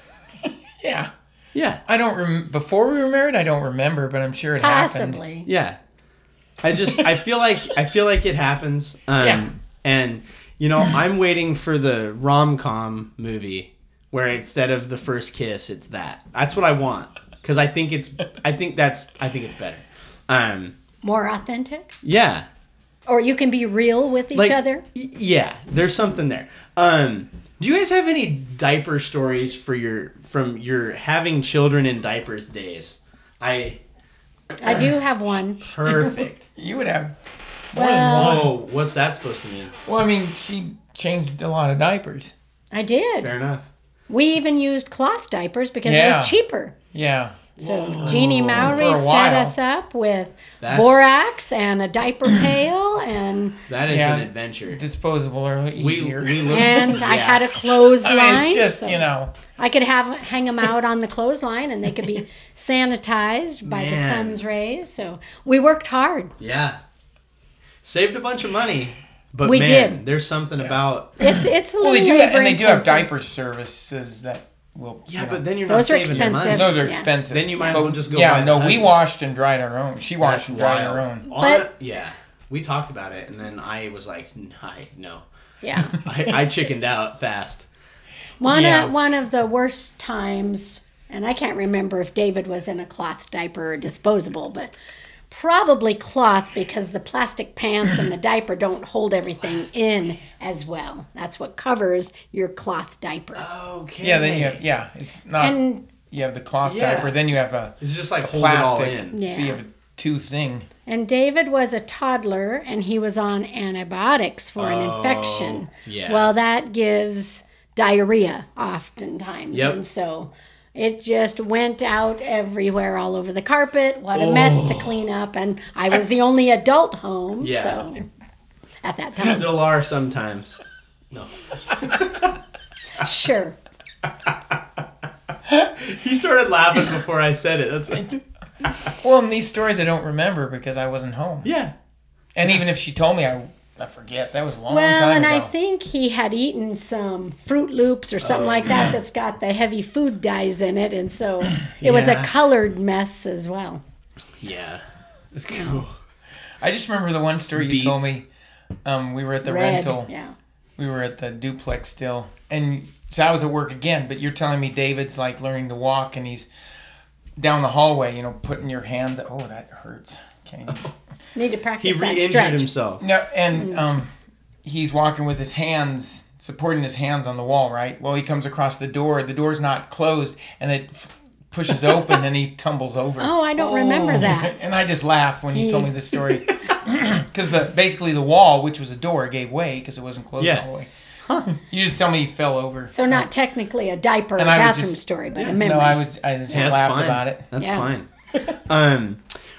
[SPEAKER 1] Yeah.
[SPEAKER 3] yeah.
[SPEAKER 1] I don't rem- before we were married, I don't remember, but I'm sure it happened.
[SPEAKER 2] Possibly.
[SPEAKER 3] Yeah. I just I feel like I feel like it happens. Um
[SPEAKER 1] Yeah.
[SPEAKER 3] and you know, I'm waiting for the rom com movie where instead of the first kiss, it's that. That's what I want. Cause I think it's I think that's I think it's better. Um
[SPEAKER 2] More authentic.
[SPEAKER 3] yeah.
[SPEAKER 2] Or you can be real with each
[SPEAKER 3] Like,
[SPEAKER 2] other.
[SPEAKER 3] y- Yeah, there's something there. Um do you guys have any diaper stories for your from your having children in diapers days? I
[SPEAKER 2] I
[SPEAKER 1] uh,
[SPEAKER 2] do have one.
[SPEAKER 3] perfect.
[SPEAKER 1] You would have more
[SPEAKER 2] Well-
[SPEAKER 1] than one.
[SPEAKER 3] oh, what's that supposed to mean?
[SPEAKER 1] Well, I mean, she changed a lot of diapers.
[SPEAKER 2] I did.
[SPEAKER 3] Fair enough.
[SPEAKER 2] We even used cloth diapers because it
[SPEAKER 1] Yeah.
[SPEAKER 2] was cheaper.
[SPEAKER 1] Yeah.
[SPEAKER 2] So Jeannie Mowry
[SPEAKER 1] For a
[SPEAKER 2] set
[SPEAKER 1] while.
[SPEAKER 2] us up with
[SPEAKER 3] That's-
[SPEAKER 2] borax and a diaper pail and
[SPEAKER 3] That is
[SPEAKER 1] Yeah.
[SPEAKER 3] an adventure.
[SPEAKER 1] Disposable or
[SPEAKER 3] We,
[SPEAKER 1] easier.
[SPEAKER 3] we look,
[SPEAKER 2] and I
[SPEAKER 3] yeah.
[SPEAKER 2] had a clothesline.
[SPEAKER 1] I mean, it's just,
[SPEAKER 2] so
[SPEAKER 1] you know,
[SPEAKER 2] I could have hang them out on the clothesline and they could be sanitized by the
[SPEAKER 3] Man.
[SPEAKER 2] sun's rays. So we worked hard.
[SPEAKER 3] yeah, saved a bunch of money, but
[SPEAKER 2] We
[SPEAKER 3] man,
[SPEAKER 2] did.
[SPEAKER 3] there's something about
[SPEAKER 2] It's it's a little
[SPEAKER 1] well, they do,
[SPEAKER 2] labor
[SPEAKER 1] and they do have
[SPEAKER 2] intensive.
[SPEAKER 1] diaper services that will.
[SPEAKER 3] yeah,
[SPEAKER 1] you know,
[SPEAKER 3] but then you're not
[SPEAKER 2] Those are
[SPEAKER 3] saving your
[SPEAKER 2] expensive.
[SPEAKER 3] money.
[SPEAKER 1] those are
[SPEAKER 2] yeah.
[SPEAKER 1] expensive.
[SPEAKER 3] Then you might as
[SPEAKER 1] But-
[SPEAKER 3] well just go
[SPEAKER 1] Yeah,
[SPEAKER 3] buy the
[SPEAKER 1] no, we
[SPEAKER 3] hundreds.
[SPEAKER 1] washed and dried our own. She
[SPEAKER 3] That's
[SPEAKER 1] washed and dried
[SPEAKER 3] wild.
[SPEAKER 1] her own.
[SPEAKER 3] On-
[SPEAKER 2] But-
[SPEAKER 3] yeah, we talked about it, and then I was like, "Nah, I no,
[SPEAKER 2] Yeah.
[SPEAKER 3] I, I chickened out fast.
[SPEAKER 2] One
[SPEAKER 1] Yeah.
[SPEAKER 2] of, one of the worst times, and I can't remember if David was in a cloth diaper or disposable, but probably cloth because the plastic pants and the diaper don't hold everything in as well. That's what covers your cloth diaper.
[SPEAKER 3] Okay,
[SPEAKER 1] Yeah, then you have yeah, it's not
[SPEAKER 2] And
[SPEAKER 1] you have the cloth
[SPEAKER 3] Yeah.
[SPEAKER 1] diaper, then you have a
[SPEAKER 3] it's just like hold
[SPEAKER 1] plastic,
[SPEAKER 3] it all in.
[SPEAKER 1] so you
[SPEAKER 2] Yeah.
[SPEAKER 1] have a two thing.
[SPEAKER 2] and David was a toddler and he was on antibiotics for an infection.
[SPEAKER 3] Oh, yeah.
[SPEAKER 2] Well, that gives diarrhea oftentimes.
[SPEAKER 3] Yep.
[SPEAKER 2] And so it just went out everywhere all over the carpet. What a mess to clean up. And I was the only adult home.
[SPEAKER 3] Oh. Yeah.
[SPEAKER 2] So at that time,
[SPEAKER 3] Still are sometimes. No,
[SPEAKER 2] sure.
[SPEAKER 3] he started laughing before I said it. That's like,
[SPEAKER 1] Well, in these stories I don't remember because I wasn't home,
[SPEAKER 3] yeah.
[SPEAKER 1] and even if she told me, I I forget. That was a long
[SPEAKER 2] Well,
[SPEAKER 1] time
[SPEAKER 2] and
[SPEAKER 1] ago.
[SPEAKER 2] I think he had eaten some Fruit Loops or something like
[SPEAKER 3] Oh.
[SPEAKER 2] that that's got the heavy food dyes in it. And so it was a
[SPEAKER 3] Yeah.
[SPEAKER 2] colored mess as well.
[SPEAKER 3] Yeah. Cool.
[SPEAKER 1] I just remember the one story you told
[SPEAKER 3] Beads.
[SPEAKER 1] me. Um, we were at the
[SPEAKER 2] Red.
[SPEAKER 1] rental.
[SPEAKER 2] Yeah.
[SPEAKER 1] We were at the duplex still, and so I was at work again. But you're telling me David's like learning to walk, and he's down the hallway. You know, putting your hands. Oh, that hurts. Okay.
[SPEAKER 2] Need to
[SPEAKER 3] He
[SPEAKER 2] practice that
[SPEAKER 3] re-injured
[SPEAKER 2] stretch.
[SPEAKER 3] himself.
[SPEAKER 1] No,
[SPEAKER 2] Hmm.
[SPEAKER 1] and um, he's walking with his hands, supporting his hands on the wall, right? Well, he comes across the door. The door's not closed, and it f- pushes open and he tumbles over.
[SPEAKER 2] Oh, I don't remember that.
[SPEAKER 1] And I just laugh when you told me this story. Because the basically the wall, which was a door, gave way because it wasn't closed
[SPEAKER 3] Yeah.
[SPEAKER 1] all the way. You just tell me he fell over.
[SPEAKER 2] So not technically a diaper
[SPEAKER 1] And I was
[SPEAKER 2] bathroom
[SPEAKER 1] just-
[SPEAKER 2] story, but a memory.
[SPEAKER 1] no, I was I just
[SPEAKER 3] Yeah,
[SPEAKER 1] laughed about it.
[SPEAKER 3] That's
[SPEAKER 2] Yeah.
[SPEAKER 3] fine. um,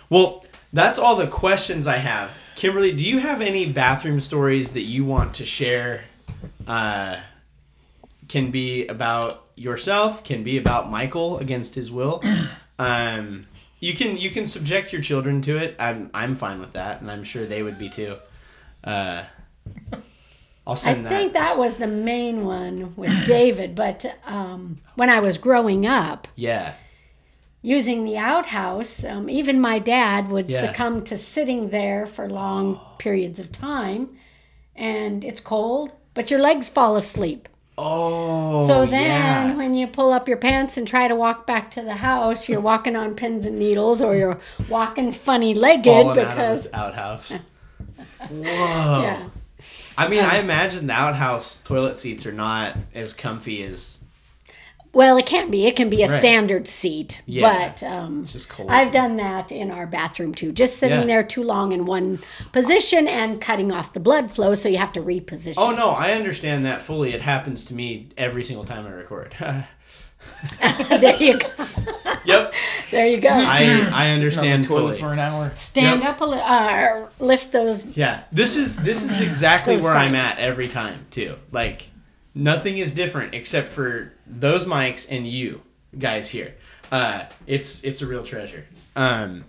[SPEAKER 3] well, that's all the questions I have. Kimberly, do you have any bathroom stories that you want to share? Uh, can be about yourself, can be about Michael against his will. Um, you can you can subject your children to it. I'm I'm fine with that, and I'm sure they would be too. Uh, I'll
[SPEAKER 2] I
[SPEAKER 3] send that.
[SPEAKER 2] think that was the main one with David. But um, when I was growing up,
[SPEAKER 3] yeah.
[SPEAKER 2] using the outhouse, um, even my dad would
[SPEAKER 3] Yeah.
[SPEAKER 2] succumb to sitting there for long
[SPEAKER 1] Oh.
[SPEAKER 2] periods of time, and it's cold, but your legs fall asleep.
[SPEAKER 3] Oh.
[SPEAKER 2] So then,
[SPEAKER 3] yeah.
[SPEAKER 2] when you pull up your pants and try to walk back to the house, you're walking on pins and needles, or you're walking funny legged
[SPEAKER 3] Fallen out of
[SPEAKER 2] because
[SPEAKER 3] this outhouse. Whoa.
[SPEAKER 2] yeah, Um,
[SPEAKER 3] I mean, I imagine the outhouse toilet seats are not as comfy as
[SPEAKER 2] well, it can't be. It can be a
[SPEAKER 3] Right.
[SPEAKER 2] standard seat,
[SPEAKER 3] Yeah.
[SPEAKER 2] but um,
[SPEAKER 3] it's just cold.
[SPEAKER 2] I've done that in our bathroom too, just sitting
[SPEAKER 3] Yeah.
[SPEAKER 2] there too long in one position and cutting off the blood flow, so you have to reposition.
[SPEAKER 3] oh no, I understand that fully. It happens to me every single time I record.
[SPEAKER 2] there you go.
[SPEAKER 3] yep,
[SPEAKER 2] There you go.
[SPEAKER 3] I I understand
[SPEAKER 1] Sit on the toilet
[SPEAKER 3] fully.
[SPEAKER 1] for an hour.
[SPEAKER 2] Stand
[SPEAKER 3] Yep.
[SPEAKER 2] up a little, uh, or lift those.
[SPEAKER 3] Yeah, this is this is exactly
[SPEAKER 2] Those
[SPEAKER 3] where I'm
[SPEAKER 2] sides.
[SPEAKER 3] at every time too. Like nothing is different except for those mics and you guys here. Uh, it's it's a real treasure. Um,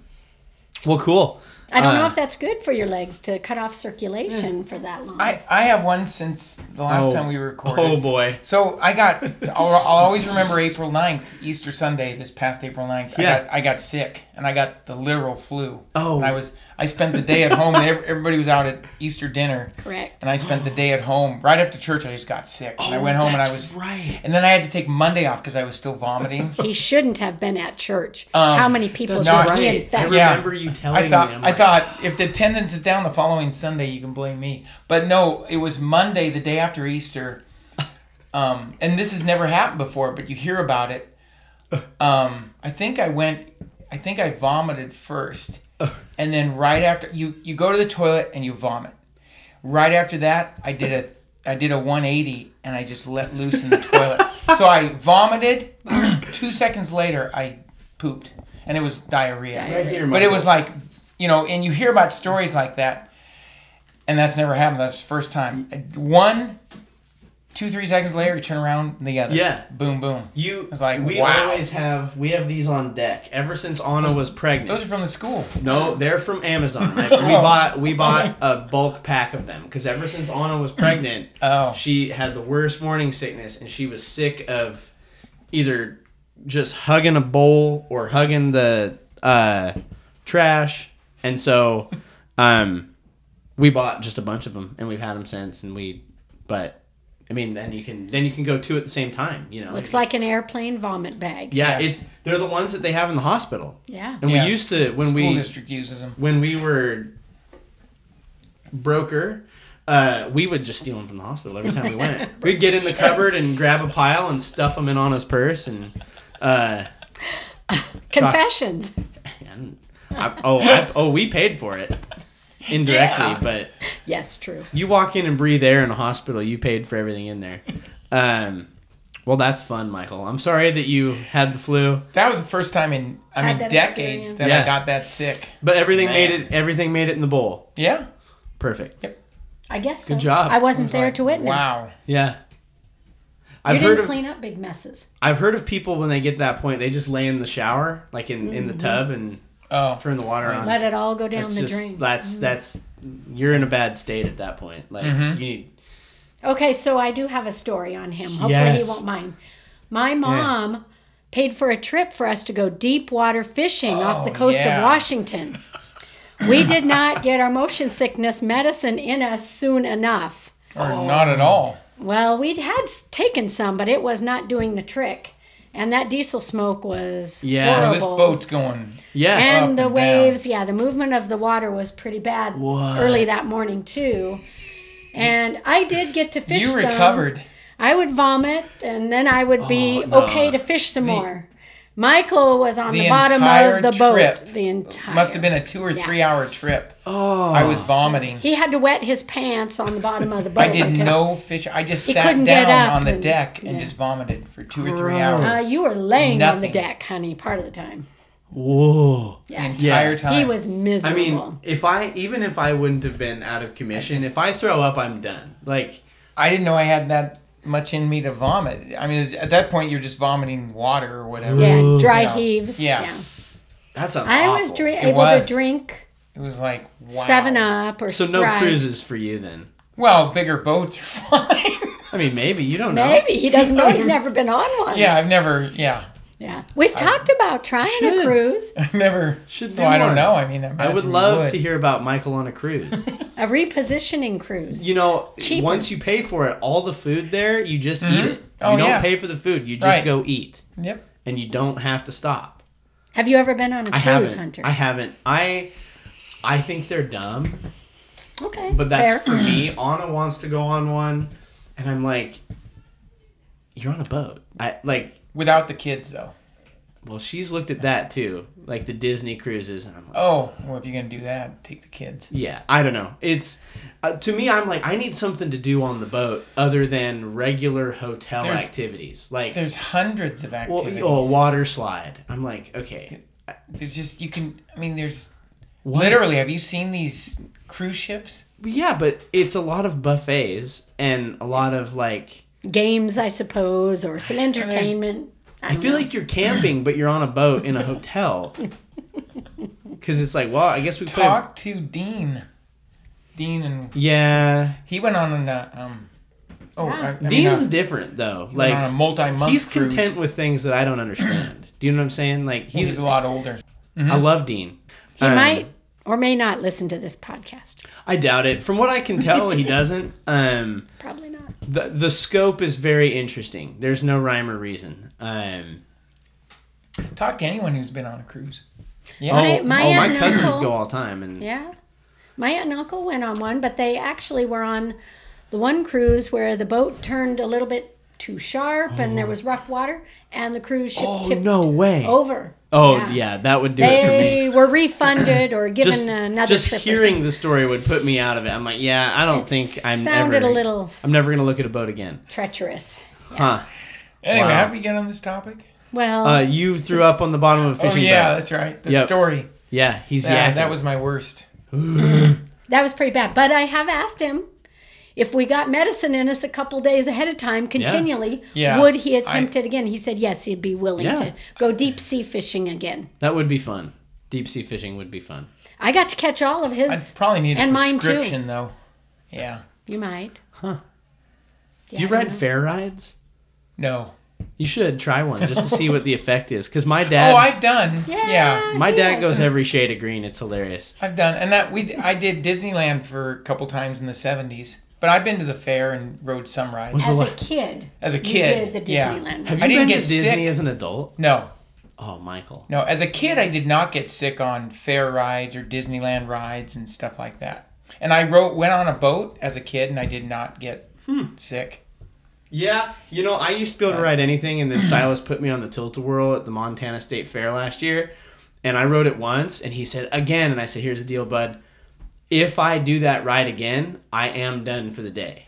[SPEAKER 3] well, cool.
[SPEAKER 2] I don't know
[SPEAKER 3] Uh,
[SPEAKER 2] if that's good for your legs to cut off circulation for that long.
[SPEAKER 1] I, I have one since the last
[SPEAKER 3] Oh.
[SPEAKER 1] time we recorded.
[SPEAKER 3] Oh boy.
[SPEAKER 1] So I got, I'll, I'll always remember April 9th, Easter Sunday, this past April 9th.
[SPEAKER 3] Yeah.
[SPEAKER 1] I, got, I got sick and I got the literal flu.
[SPEAKER 3] Oh.
[SPEAKER 1] And I was, I spent the day at home and ev- everybody was out at Easter dinner.
[SPEAKER 2] Correct.
[SPEAKER 1] And I spent the day at home. Right after church, I just got sick. And I
[SPEAKER 3] Oh,
[SPEAKER 1] went home and I was,
[SPEAKER 3] right.
[SPEAKER 1] and then I had to take Monday off because I was still vomiting.
[SPEAKER 2] He shouldn't have been at church.
[SPEAKER 1] Um,
[SPEAKER 2] How many people did
[SPEAKER 3] That's
[SPEAKER 1] not-
[SPEAKER 2] he
[SPEAKER 3] right. I
[SPEAKER 2] infect?
[SPEAKER 1] Yeah.
[SPEAKER 3] remember you telling
[SPEAKER 1] I thought
[SPEAKER 3] me. I'm
[SPEAKER 1] I
[SPEAKER 3] like,
[SPEAKER 1] thought if the attendance is down the following Sunday, you can blame me. But no, it was Monday, the day after Easter, um, and this has never happened before. But you hear about it. Um, I think I went. I think I vomited first, and then right after you you go to the toilet and you vomit. Right after that, I did a I did a 180 and I just let loose in the toilet. So I vomited. Two seconds later, I pooped, and it was
[SPEAKER 2] Diarrhea.
[SPEAKER 3] Right here,
[SPEAKER 1] but it
[SPEAKER 3] Michael.
[SPEAKER 1] was like, you know, and you hear about stories like that, and that's never happened. That's the first time. One, two, three seconds later, you turn around, and the other.
[SPEAKER 3] Yeah.
[SPEAKER 1] Boom, boom.
[SPEAKER 3] You
[SPEAKER 1] It's like,
[SPEAKER 3] we
[SPEAKER 1] wow.
[SPEAKER 3] always have we have these on deck ever since Anna was pregnant.
[SPEAKER 1] Those are from the school.
[SPEAKER 3] no, they're from Amazon. Like, we bought
[SPEAKER 1] Oh.
[SPEAKER 3] we bought a bulk pack of them because ever since Anna was pregnant,
[SPEAKER 1] Oh.
[SPEAKER 3] she had the worst morning sickness and she was sick of either just hugging a bowl or hugging the uh, trash, and so um, we bought just a bunch of them and we've had them since. And we, but I mean, then you can then you can go two at the same time. You know,
[SPEAKER 2] Looks
[SPEAKER 3] You-
[SPEAKER 2] like an airplane vomit bag.
[SPEAKER 3] Yeah,
[SPEAKER 1] Yeah.
[SPEAKER 3] it's they're the ones that they have in the hospital.
[SPEAKER 2] Yeah.
[SPEAKER 3] And
[SPEAKER 1] Yeah.
[SPEAKER 3] we used to when
[SPEAKER 1] School
[SPEAKER 3] we
[SPEAKER 1] district uses them.
[SPEAKER 3] when we were broker, uh, we would just steal them from the hospital every time we went. We'd get in the cupboard and grab a pile and stuff them in Anna's purse and uh,
[SPEAKER 2] Confessions.
[SPEAKER 3] and I, oh I, oh we paid for it indirectly, but
[SPEAKER 2] Yes, true.
[SPEAKER 3] you walk in and breathe air in a hospital, you paid for everything in there. Um, well, that's fun, Michael. I'm sorry that you had the flu.
[SPEAKER 1] That was the first time in I mean
[SPEAKER 2] that
[SPEAKER 1] decades
[SPEAKER 2] experience.
[SPEAKER 1] that
[SPEAKER 3] Yeah.
[SPEAKER 1] I got that sick.
[SPEAKER 3] But everything
[SPEAKER 1] Man.
[SPEAKER 3] made it. Everything made it in the bowl.
[SPEAKER 1] Yeah.
[SPEAKER 3] Perfect.
[SPEAKER 2] I guess.
[SPEAKER 3] Good
[SPEAKER 2] so.
[SPEAKER 3] job.
[SPEAKER 2] I wasn't
[SPEAKER 1] It was
[SPEAKER 2] there
[SPEAKER 1] like,
[SPEAKER 2] to witness.
[SPEAKER 1] Wow.
[SPEAKER 3] Yeah.
[SPEAKER 2] You
[SPEAKER 3] I've
[SPEAKER 2] didn't
[SPEAKER 3] heard of
[SPEAKER 2] clean up big messes.
[SPEAKER 3] I've heard of people when they get to that point, they just lay in the shower, like in, in the tub, and
[SPEAKER 1] Oh.
[SPEAKER 3] turn the water on.
[SPEAKER 2] Mm-hmm. Let it all go down
[SPEAKER 3] that's
[SPEAKER 2] the
[SPEAKER 3] just
[SPEAKER 2] drain. Mm-hmm.
[SPEAKER 3] that's that's you're in a bad state at that point. Like
[SPEAKER 1] Mm-hmm.
[SPEAKER 3] you need
[SPEAKER 2] Okay, so I do have a story on him. Hopefully
[SPEAKER 3] Yes.
[SPEAKER 2] he won't mind. My mom paid for a trip for us to go deep water fishing off the
[SPEAKER 1] Oh,
[SPEAKER 2] coast
[SPEAKER 1] yeah.
[SPEAKER 2] of Washington. we did not get our motion sickness medicine in us soon enough.
[SPEAKER 1] Or not at all.
[SPEAKER 2] Well, we'd had s- taken some, but it was not doing the trick. And that diesel smoke was
[SPEAKER 3] Yeah.
[SPEAKER 1] Or
[SPEAKER 2] horrible.
[SPEAKER 1] this boat's going.
[SPEAKER 3] yeah.
[SPEAKER 1] up
[SPEAKER 2] and
[SPEAKER 1] and
[SPEAKER 2] the
[SPEAKER 1] down.
[SPEAKER 2] waves, yeah, the movement of the water was pretty bad
[SPEAKER 3] What?
[SPEAKER 2] early that morning too. And I did get to fish.
[SPEAKER 1] You
[SPEAKER 2] some.
[SPEAKER 1] recovered.
[SPEAKER 2] I would vomit, and then I would be
[SPEAKER 3] Oh, no.
[SPEAKER 2] okay to fish some more. Michael was on the,
[SPEAKER 1] The
[SPEAKER 2] bottom
[SPEAKER 1] entire
[SPEAKER 2] of the boat
[SPEAKER 1] trip.
[SPEAKER 2] the entire.
[SPEAKER 1] Must have been a two or
[SPEAKER 2] Yeah.
[SPEAKER 1] three hour trip.
[SPEAKER 3] Oh,
[SPEAKER 1] I was vomiting.
[SPEAKER 2] He had to wet his pants on the bottom of the boat.
[SPEAKER 1] I did
[SPEAKER 2] because,
[SPEAKER 1] no fish. I just
[SPEAKER 2] he
[SPEAKER 1] sat
[SPEAKER 2] couldn't get
[SPEAKER 1] down
[SPEAKER 2] up
[SPEAKER 1] on the
[SPEAKER 2] and-
[SPEAKER 1] deck and
[SPEAKER 2] yeah.
[SPEAKER 1] just vomited for two or three
[SPEAKER 3] Gross.
[SPEAKER 2] Uh,
[SPEAKER 1] hours.
[SPEAKER 2] you were laying on the
[SPEAKER 1] Nothing.
[SPEAKER 2] deck, honey, part of the time.
[SPEAKER 3] Whoa.
[SPEAKER 1] the
[SPEAKER 2] Yeah.
[SPEAKER 1] entire
[SPEAKER 3] Yeah.
[SPEAKER 1] time.
[SPEAKER 2] He was
[SPEAKER 3] I
[SPEAKER 2] miserable.
[SPEAKER 3] mean, if I even if I wouldn't have been out of commission, if I throw up, I'm done. Like,
[SPEAKER 1] I didn't know I had that much in me to vomit. I mean, it was- at that point, you're just vomiting water or whatever.
[SPEAKER 2] yeah, dry
[SPEAKER 1] Yeah.
[SPEAKER 2] heaves.
[SPEAKER 1] Yeah.
[SPEAKER 3] that sounds.
[SPEAKER 2] I was
[SPEAKER 3] awful.
[SPEAKER 2] dre-
[SPEAKER 1] It
[SPEAKER 2] able
[SPEAKER 1] was.
[SPEAKER 2] to drink
[SPEAKER 1] It was like wow.
[SPEAKER 2] Seven Up or
[SPEAKER 3] So no
[SPEAKER 2] Sprite.
[SPEAKER 3] cruises for you then.
[SPEAKER 1] Well, bigger boats are fine.
[SPEAKER 3] I mean, maybe you don't know.
[SPEAKER 2] Maybe he doesn't know. He's never been on one.
[SPEAKER 1] yeah, I've never. Yeah,
[SPEAKER 2] Yeah. We've talked about trying
[SPEAKER 3] Should.
[SPEAKER 2] a cruise,
[SPEAKER 1] I've never.
[SPEAKER 3] Should
[SPEAKER 1] so
[SPEAKER 3] do
[SPEAKER 1] Oh, I don't
[SPEAKER 3] one.
[SPEAKER 1] know. I mean,
[SPEAKER 3] I would
[SPEAKER 1] imagine you
[SPEAKER 3] love
[SPEAKER 1] would.
[SPEAKER 3] to hear about Michael on a cruise.
[SPEAKER 2] a repositioning cruise.
[SPEAKER 3] you know,
[SPEAKER 2] Cheaper.
[SPEAKER 3] once you pay for it, all the food there, you just eat it. You
[SPEAKER 1] Oh,
[SPEAKER 3] don't
[SPEAKER 1] yeah.
[SPEAKER 3] pay for the food, you just
[SPEAKER 1] Right.
[SPEAKER 3] go eat,
[SPEAKER 1] Yep.
[SPEAKER 3] and you don't have to stop.
[SPEAKER 2] Have you ever been on a
[SPEAKER 3] I
[SPEAKER 2] cruise,
[SPEAKER 3] haven't.
[SPEAKER 2] Hunter?
[SPEAKER 3] I haven't. I I think they're dumb,
[SPEAKER 2] okay.
[SPEAKER 3] but that's
[SPEAKER 2] fair.
[SPEAKER 3] for me. Anna wants to go on one, and I'm like, you're on a boat. I like.
[SPEAKER 1] Without the kids, though.
[SPEAKER 3] Well, she's looked at that too, like the Disney cruises, and I'm like,
[SPEAKER 1] Oh, well, if you're gonna do that, take the kids.
[SPEAKER 3] yeah, I don't know. It's uh, to me, I'm like, I need something to do on the boat other than regular hotel
[SPEAKER 1] There's-
[SPEAKER 3] activities, like
[SPEAKER 1] There's hundreds of
[SPEAKER 3] well,
[SPEAKER 1] activities.
[SPEAKER 3] oh, a water slide. I'm like, okay,
[SPEAKER 1] There's just you can. I mean, there's
[SPEAKER 3] What?
[SPEAKER 1] literally. Have you seen these cruise ships?
[SPEAKER 3] yeah, but it's a lot of buffets and a lot of like.
[SPEAKER 2] Games, I suppose, or some
[SPEAKER 1] there's-
[SPEAKER 2] entertainment.
[SPEAKER 3] I feel like you're camping, but you're on a boat in a hotel. Because it's like, well, I guess we play.
[SPEAKER 1] Talk to Dean. Dean and
[SPEAKER 3] Yeah,
[SPEAKER 1] he went on an uh, um. Oh, I, I mean,
[SPEAKER 3] Dean's
[SPEAKER 1] uh,
[SPEAKER 3] different though.
[SPEAKER 1] went on a
[SPEAKER 3] Like
[SPEAKER 1] multi-month
[SPEAKER 3] he's
[SPEAKER 1] cruise.
[SPEAKER 3] content with things that I don't understand. Do you know what I'm saying? Like
[SPEAKER 1] He's,
[SPEAKER 3] he's,
[SPEAKER 1] a lot older.
[SPEAKER 3] I love Dean.
[SPEAKER 2] He
[SPEAKER 3] Um,
[SPEAKER 2] might or may not listen to this podcast.
[SPEAKER 3] I doubt it. From what I can tell, he doesn't. Um,
[SPEAKER 2] Probably not.
[SPEAKER 3] the the scope is very interesting. There's no rhyme or reason. Um,
[SPEAKER 1] Talk to anyone who's been on a cruise.
[SPEAKER 3] oh,
[SPEAKER 1] Yeah.
[SPEAKER 3] oh, my,
[SPEAKER 2] my aunt and
[SPEAKER 3] cousins
[SPEAKER 2] uncle-
[SPEAKER 3] go all the time, and
[SPEAKER 2] Yeah. My aunt and uncle went on one, but they actually were on the one cruise where the boat turned a little bit too sharp and there was rough water and the cruise ship
[SPEAKER 3] oh
[SPEAKER 2] tipped
[SPEAKER 3] no way. Oh,
[SPEAKER 2] over.
[SPEAKER 3] yeah. that would do it for me.
[SPEAKER 2] They were refunded or given
[SPEAKER 3] Just,
[SPEAKER 2] another
[SPEAKER 3] just
[SPEAKER 2] trip. or
[SPEAKER 3] hearing the story would put me out of it. I'm like, yeah, I don't
[SPEAKER 2] It
[SPEAKER 3] think I'm
[SPEAKER 2] sounded
[SPEAKER 3] ever.
[SPEAKER 2] a little-
[SPEAKER 3] I'm never gonna look at a boat again,
[SPEAKER 2] something. treacherous.
[SPEAKER 3] huh?
[SPEAKER 1] Anyway,
[SPEAKER 3] Wow.
[SPEAKER 1] how did we get on this topic?
[SPEAKER 2] Well,
[SPEAKER 3] Uh, you threw up on the bottom of a
[SPEAKER 1] Oh
[SPEAKER 3] fishing
[SPEAKER 1] yeah,
[SPEAKER 3] boat.
[SPEAKER 1] that's right. The
[SPEAKER 3] Yep.
[SPEAKER 1] story.
[SPEAKER 3] Yeah, he's
[SPEAKER 1] Yeah,
[SPEAKER 3] yakking.
[SPEAKER 1] that was my worst.
[SPEAKER 2] that was pretty bad. But I have asked him if we got medicine in us a couple days ahead of time continually,
[SPEAKER 1] Yeah.
[SPEAKER 2] would he
[SPEAKER 1] I-
[SPEAKER 2] attempt it again? He said yes, he'd be willing
[SPEAKER 3] Yeah.
[SPEAKER 2] to go deep sea fishing again.
[SPEAKER 3] That would be fun. Deep sea fishing would be fun.
[SPEAKER 2] I got to catch all of
[SPEAKER 1] I
[SPEAKER 2] his.
[SPEAKER 1] probably need a
[SPEAKER 2] And mine too.
[SPEAKER 1] prescription though. Yeah.
[SPEAKER 2] you might.
[SPEAKER 3] Huh.
[SPEAKER 2] Yeah,
[SPEAKER 3] Do you
[SPEAKER 2] I don't
[SPEAKER 3] ride
[SPEAKER 2] know.
[SPEAKER 3] fair rides?
[SPEAKER 1] No.
[SPEAKER 3] You should try one just to see what the effect is. Because my dad,
[SPEAKER 1] oh, I've done. Yeah.
[SPEAKER 3] my
[SPEAKER 2] he
[SPEAKER 3] dad
[SPEAKER 2] has
[SPEAKER 3] goes
[SPEAKER 2] one.
[SPEAKER 3] every shade of green. It's hilarious.
[SPEAKER 1] I've done, and that we I did Disneyland for a couple times in the '70s. But I've been to the fair and rode some rides
[SPEAKER 3] Was-
[SPEAKER 2] as
[SPEAKER 3] So
[SPEAKER 2] a
[SPEAKER 3] what-
[SPEAKER 2] kid.
[SPEAKER 1] as a
[SPEAKER 2] you
[SPEAKER 1] kid.
[SPEAKER 2] did the
[SPEAKER 1] yeah.
[SPEAKER 2] Disneyland.
[SPEAKER 3] Have you
[SPEAKER 1] I didn't
[SPEAKER 3] been
[SPEAKER 1] get
[SPEAKER 3] to Disney
[SPEAKER 1] sick.
[SPEAKER 3] as an adult?
[SPEAKER 1] No,
[SPEAKER 3] Oh, Michael.
[SPEAKER 1] no. As a kid, I did not get sick on fair rides or Disneyland rides and stuff like that. And I wrote went on a boat as a kid, and I did not get
[SPEAKER 3] Hmm.
[SPEAKER 1] sick.
[SPEAKER 3] Yeah, you know, I used to be able to ride anything, and then Silas put me on the tilt a whirl at the Montana State Fair last year, and I rode it once, and he said again, and I said, "Here's the deal, bud. If I do that ride again, I am done for the day,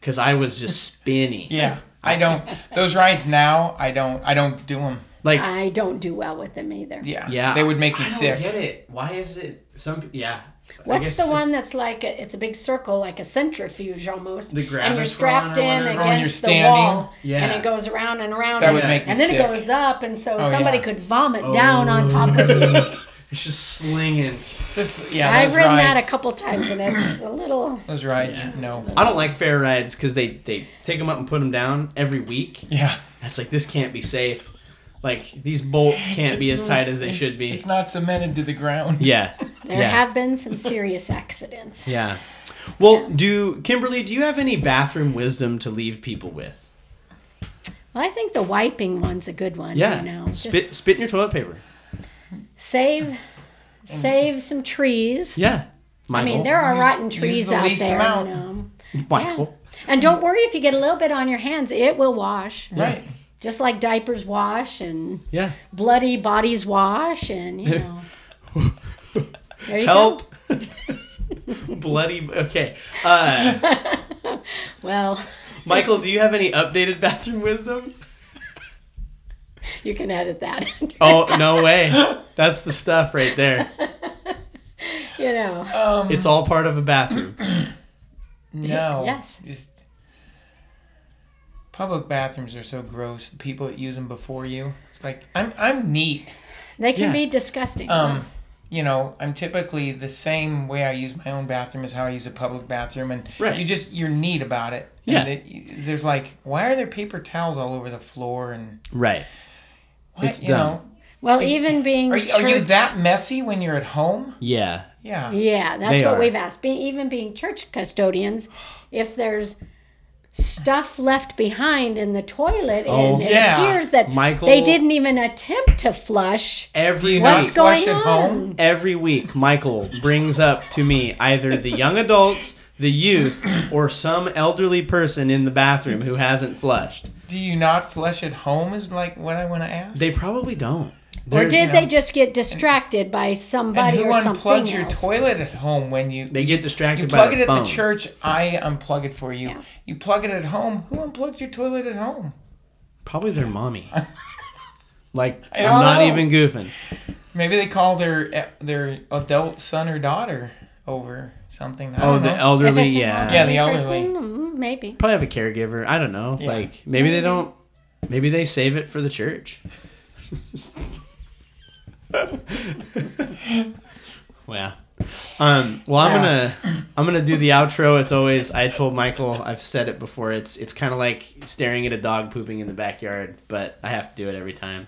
[SPEAKER 3] because I was just spinning.
[SPEAKER 1] Yeah, I don't. Those rides now, I don't. I don't do them.
[SPEAKER 3] like
[SPEAKER 2] I don't do well with them either.
[SPEAKER 1] Yeah,
[SPEAKER 3] yeah,
[SPEAKER 1] They would make
[SPEAKER 3] I
[SPEAKER 1] me
[SPEAKER 3] don't
[SPEAKER 1] sick.
[SPEAKER 3] get it. Why is it some? Yeah. I guess
[SPEAKER 2] What's the
[SPEAKER 3] just-
[SPEAKER 2] one that's like a, it's a big circle, like a centrifuge almost,
[SPEAKER 3] The
[SPEAKER 2] and you're
[SPEAKER 3] gravitron
[SPEAKER 2] strapped
[SPEAKER 3] or
[SPEAKER 2] in
[SPEAKER 3] whatever?
[SPEAKER 2] against
[SPEAKER 1] Or when you're
[SPEAKER 2] the
[SPEAKER 1] standing?
[SPEAKER 2] wall,
[SPEAKER 3] Yeah.
[SPEAKER 2] and it goes around and around,
[SPEAKER 1] That
[SPEAKER 2] and,
[SPEAKER 1] would make me
[SPEAKER 2] and then it
[SPEAKER 1] sick.
[SPEAKER 2] goes up, and so
[SPEAKER 1] Oh,
[SPEAKER 2] somebody
[SPEAKER 1] yeah.
[SPEAKER 2] could vomit down on top of you.
[SPEAKER 3] It's just slinging.
[SPEAKER 1] Just yeah.
[SPEAKER 2] I've
[SPEAKER 1] those
[SPEAKER 2] ridden
[SPEAKER 1] rides,
[SPEAKER 2] that a couple times, and it's a little.
[SPEAKER 1] Those rides,
[SPEAKER 3] Yeah.
[SPEAKER 1] no.
[SPEAKER 3] I don't like fair rides because they they take them up and put them down every week.
[SPEAKER 1] Yeah,
[SPEAKER 3] That's like this can't be safe. Like these bolts can't be as tight as they should be.
[SPEAKER 1] it's not cemented to the ground.
[SPEAKER 3] Yeah.
[SPEAKER 2] There
[SPEAKER 3] yeah.
[SPEAKER 2] have been some serious accidents.
[SPEAKER 3] yeah. Well, do Kimberly, do you have any bathroom wisdom to leave people with?
[SPEAKER 2] Well, I think the wiping one's a good one.
[SPEAKER 3] Yeah.
[SPEAKER 2] you know, Just
[SPEAKER 3] spit spit in your toilet paper.
[SPEAKER 2] save, save some trees.
[SPEAKER 3] Yeah.
[SPEAKER 2] I
[SPEAKER 3] Michael.
[SPEAKER 2] mean, there are
[SPEAKER 1] Use-
[SPEAKER 2] rotten
[SPEAKER 1] use
[SPEAKER 2] trees
[SPEAKER 1] the
[SPEAKER 2] out
[SPEAKER 1] least
[SPEAKER 2] there.
[SPEAKER 1] amount.
[SPEAKER 2] You know.
[SPEAKER 3] Michael.
[SPEAKER 2] And don't worry if you get a little bit on your hands, it will wash.
[SPEAKER 1] Right.
[SPEAKER 2] Just like diapers wash and
[SPEAKER 3] Yeah.
[SPEAKER 2] bloody bodies wash and you know. there you go.
[SPEAKER 3] Help. Bloody. Okay. Uh,
[SPEAKER 2] Well,
[SPEAKER 3] Michael, do you have any updated bathroom wisdom?
[SPEAKER 2] you can edit that.
[SPEAKER 3] Oh, no way. That's the stuff right there.
[SPEAKER 2] you know.
[SPEAKER 1] Um,
[SPEAKER 3] It's all part of a bathroom.
[SPEAKER 1] no.
[SPEAKER 2] yes.
[SPEAKER 1] Just public bathrooms are so gross. The people that use them before you, it's like I'm I'm neat.
[SPEAKER 2] They can
[SPEAKER 3] Yeah.
[SPEAKER 2] be disgusting.
[SPEAKER 3] Uh-huh.
[SPEAKER 1] um, you know, I'm typically the same way I use my own bathroom as how I use a public bathroom, and
[SPEAKER 3] Right.
[SPEAKER 1] you just you're neat about it.
[SPEAKER 3] Yeah.
[SPEAKER 1] And it, there's like, why are there paper towels all over the floor? And
[SPEAKER 3] Right.
[SPEAKER 1] why,
[SPEAKER 3] It's
[SPEAKER 1] you
[SPEAKER 3] dumb.
[SPEAKER 2] well, even being
[SPEAKER 1] know, are you, are you
[SPEAKER 2] church-
[SPEAKER 1] that messy when you're at home?
[SPEAKER 3] Yeah.
[SPEAKER 1] Yeah.
[SPEAKER 2] Yeah, that's
[SPEAKER 3] They
[SPEAKER 2] what
[SPEAKER 3] are.
[SPEAKER 2] we've asked. Being even being church custodians, if there's stuff left behind in the toilet
[SPEAKER 3] Oh.
[SPEAKER 2] and
[SPEAKER 1] Yeah.
[SPEAKER 2] it appears that
[SPEAKER 3] Michael-
[SPEAKER 2] they didn't even attempt to flush,
[SPEAKER 3] Every
[SPEAKER 1] Not
[SPEAKER 2] what's
[SPEAKER 3] week,
[SPEAKER 1] flush
[SPEAKER 2] going
[SPEAKER 1] at
[SPEAKER 2] on?
[SPEAKER 1] home?
[SPEAKER 3] every week, Michael brings up to me either the young adults, the youth, or some elderly person in the bathroom who hasn't flushed.
[SPEAKER 1] Do you not flush at home? Is like what I want to ask.
[SPEAKER 3] They probably don't.
[SPEAKER 2] or
[SPEAKER 3] There's-
[SPEAKER 2] did they just get distracted by
[SPEAKER 1] and
[SPEAKER 2] somebody
[SPEAKER 1] who
[SPEAKER 2] or something
[SPEAKER 1] unplugs your
[SPEAKER 2] else?
[SPEAKER 1] toilet at home when you
[SPEAKER 3] They get distracted
[SPEAKER 1] you
[SPEAKER 3] by
[SPEAKER 1] plug
[SPEAKER 3] the
[SPEAKER 1] it at
[SPEAKER 3] phones.
[SPEAKER 1] the church? I unplug it for you.
[SPEAKER 2] Yeah.
[SPEAKER 1] You plug it at home. Who unplugged your toilet at home?
[SPEAKER 3] Probably their mommy. Like I'm
[SPEAKER 1] don't
[SPEAKER 3] not
[SPEAKER 1] know.
[SPEAKER 3] even goofing.
[SPEAKER 1] Maybe they call their eh, their adult son or daughter over something. I
[SPEAKER 3] Oh,
[SPEAKER 1] don't
[SPEAKER 3] the
[SPEAKER 1] know.
[SPEAKER 2] If
[SPEAKER 3] elderly,
[SPEAKER 2] it's an
[SPEAKER 1] Yeah,
[SPEAKER 3] yeah.
[SPEAKER 1] the
[SPEAKER 2] person, mm, maybe.
[SPEAKER 3] Probably have a caregiver. I don't know.
[SPEAKER 1] Yeah.
[SPEAKER 3] Like maybe they don't. Maybe they save it for the church. wow. Um, well, I'm gonna I'm gonna do the outro. It's always I told Michael I've said it before. It's it's kind of like staring at a dog pooping in the backyard, but I have to do it every time.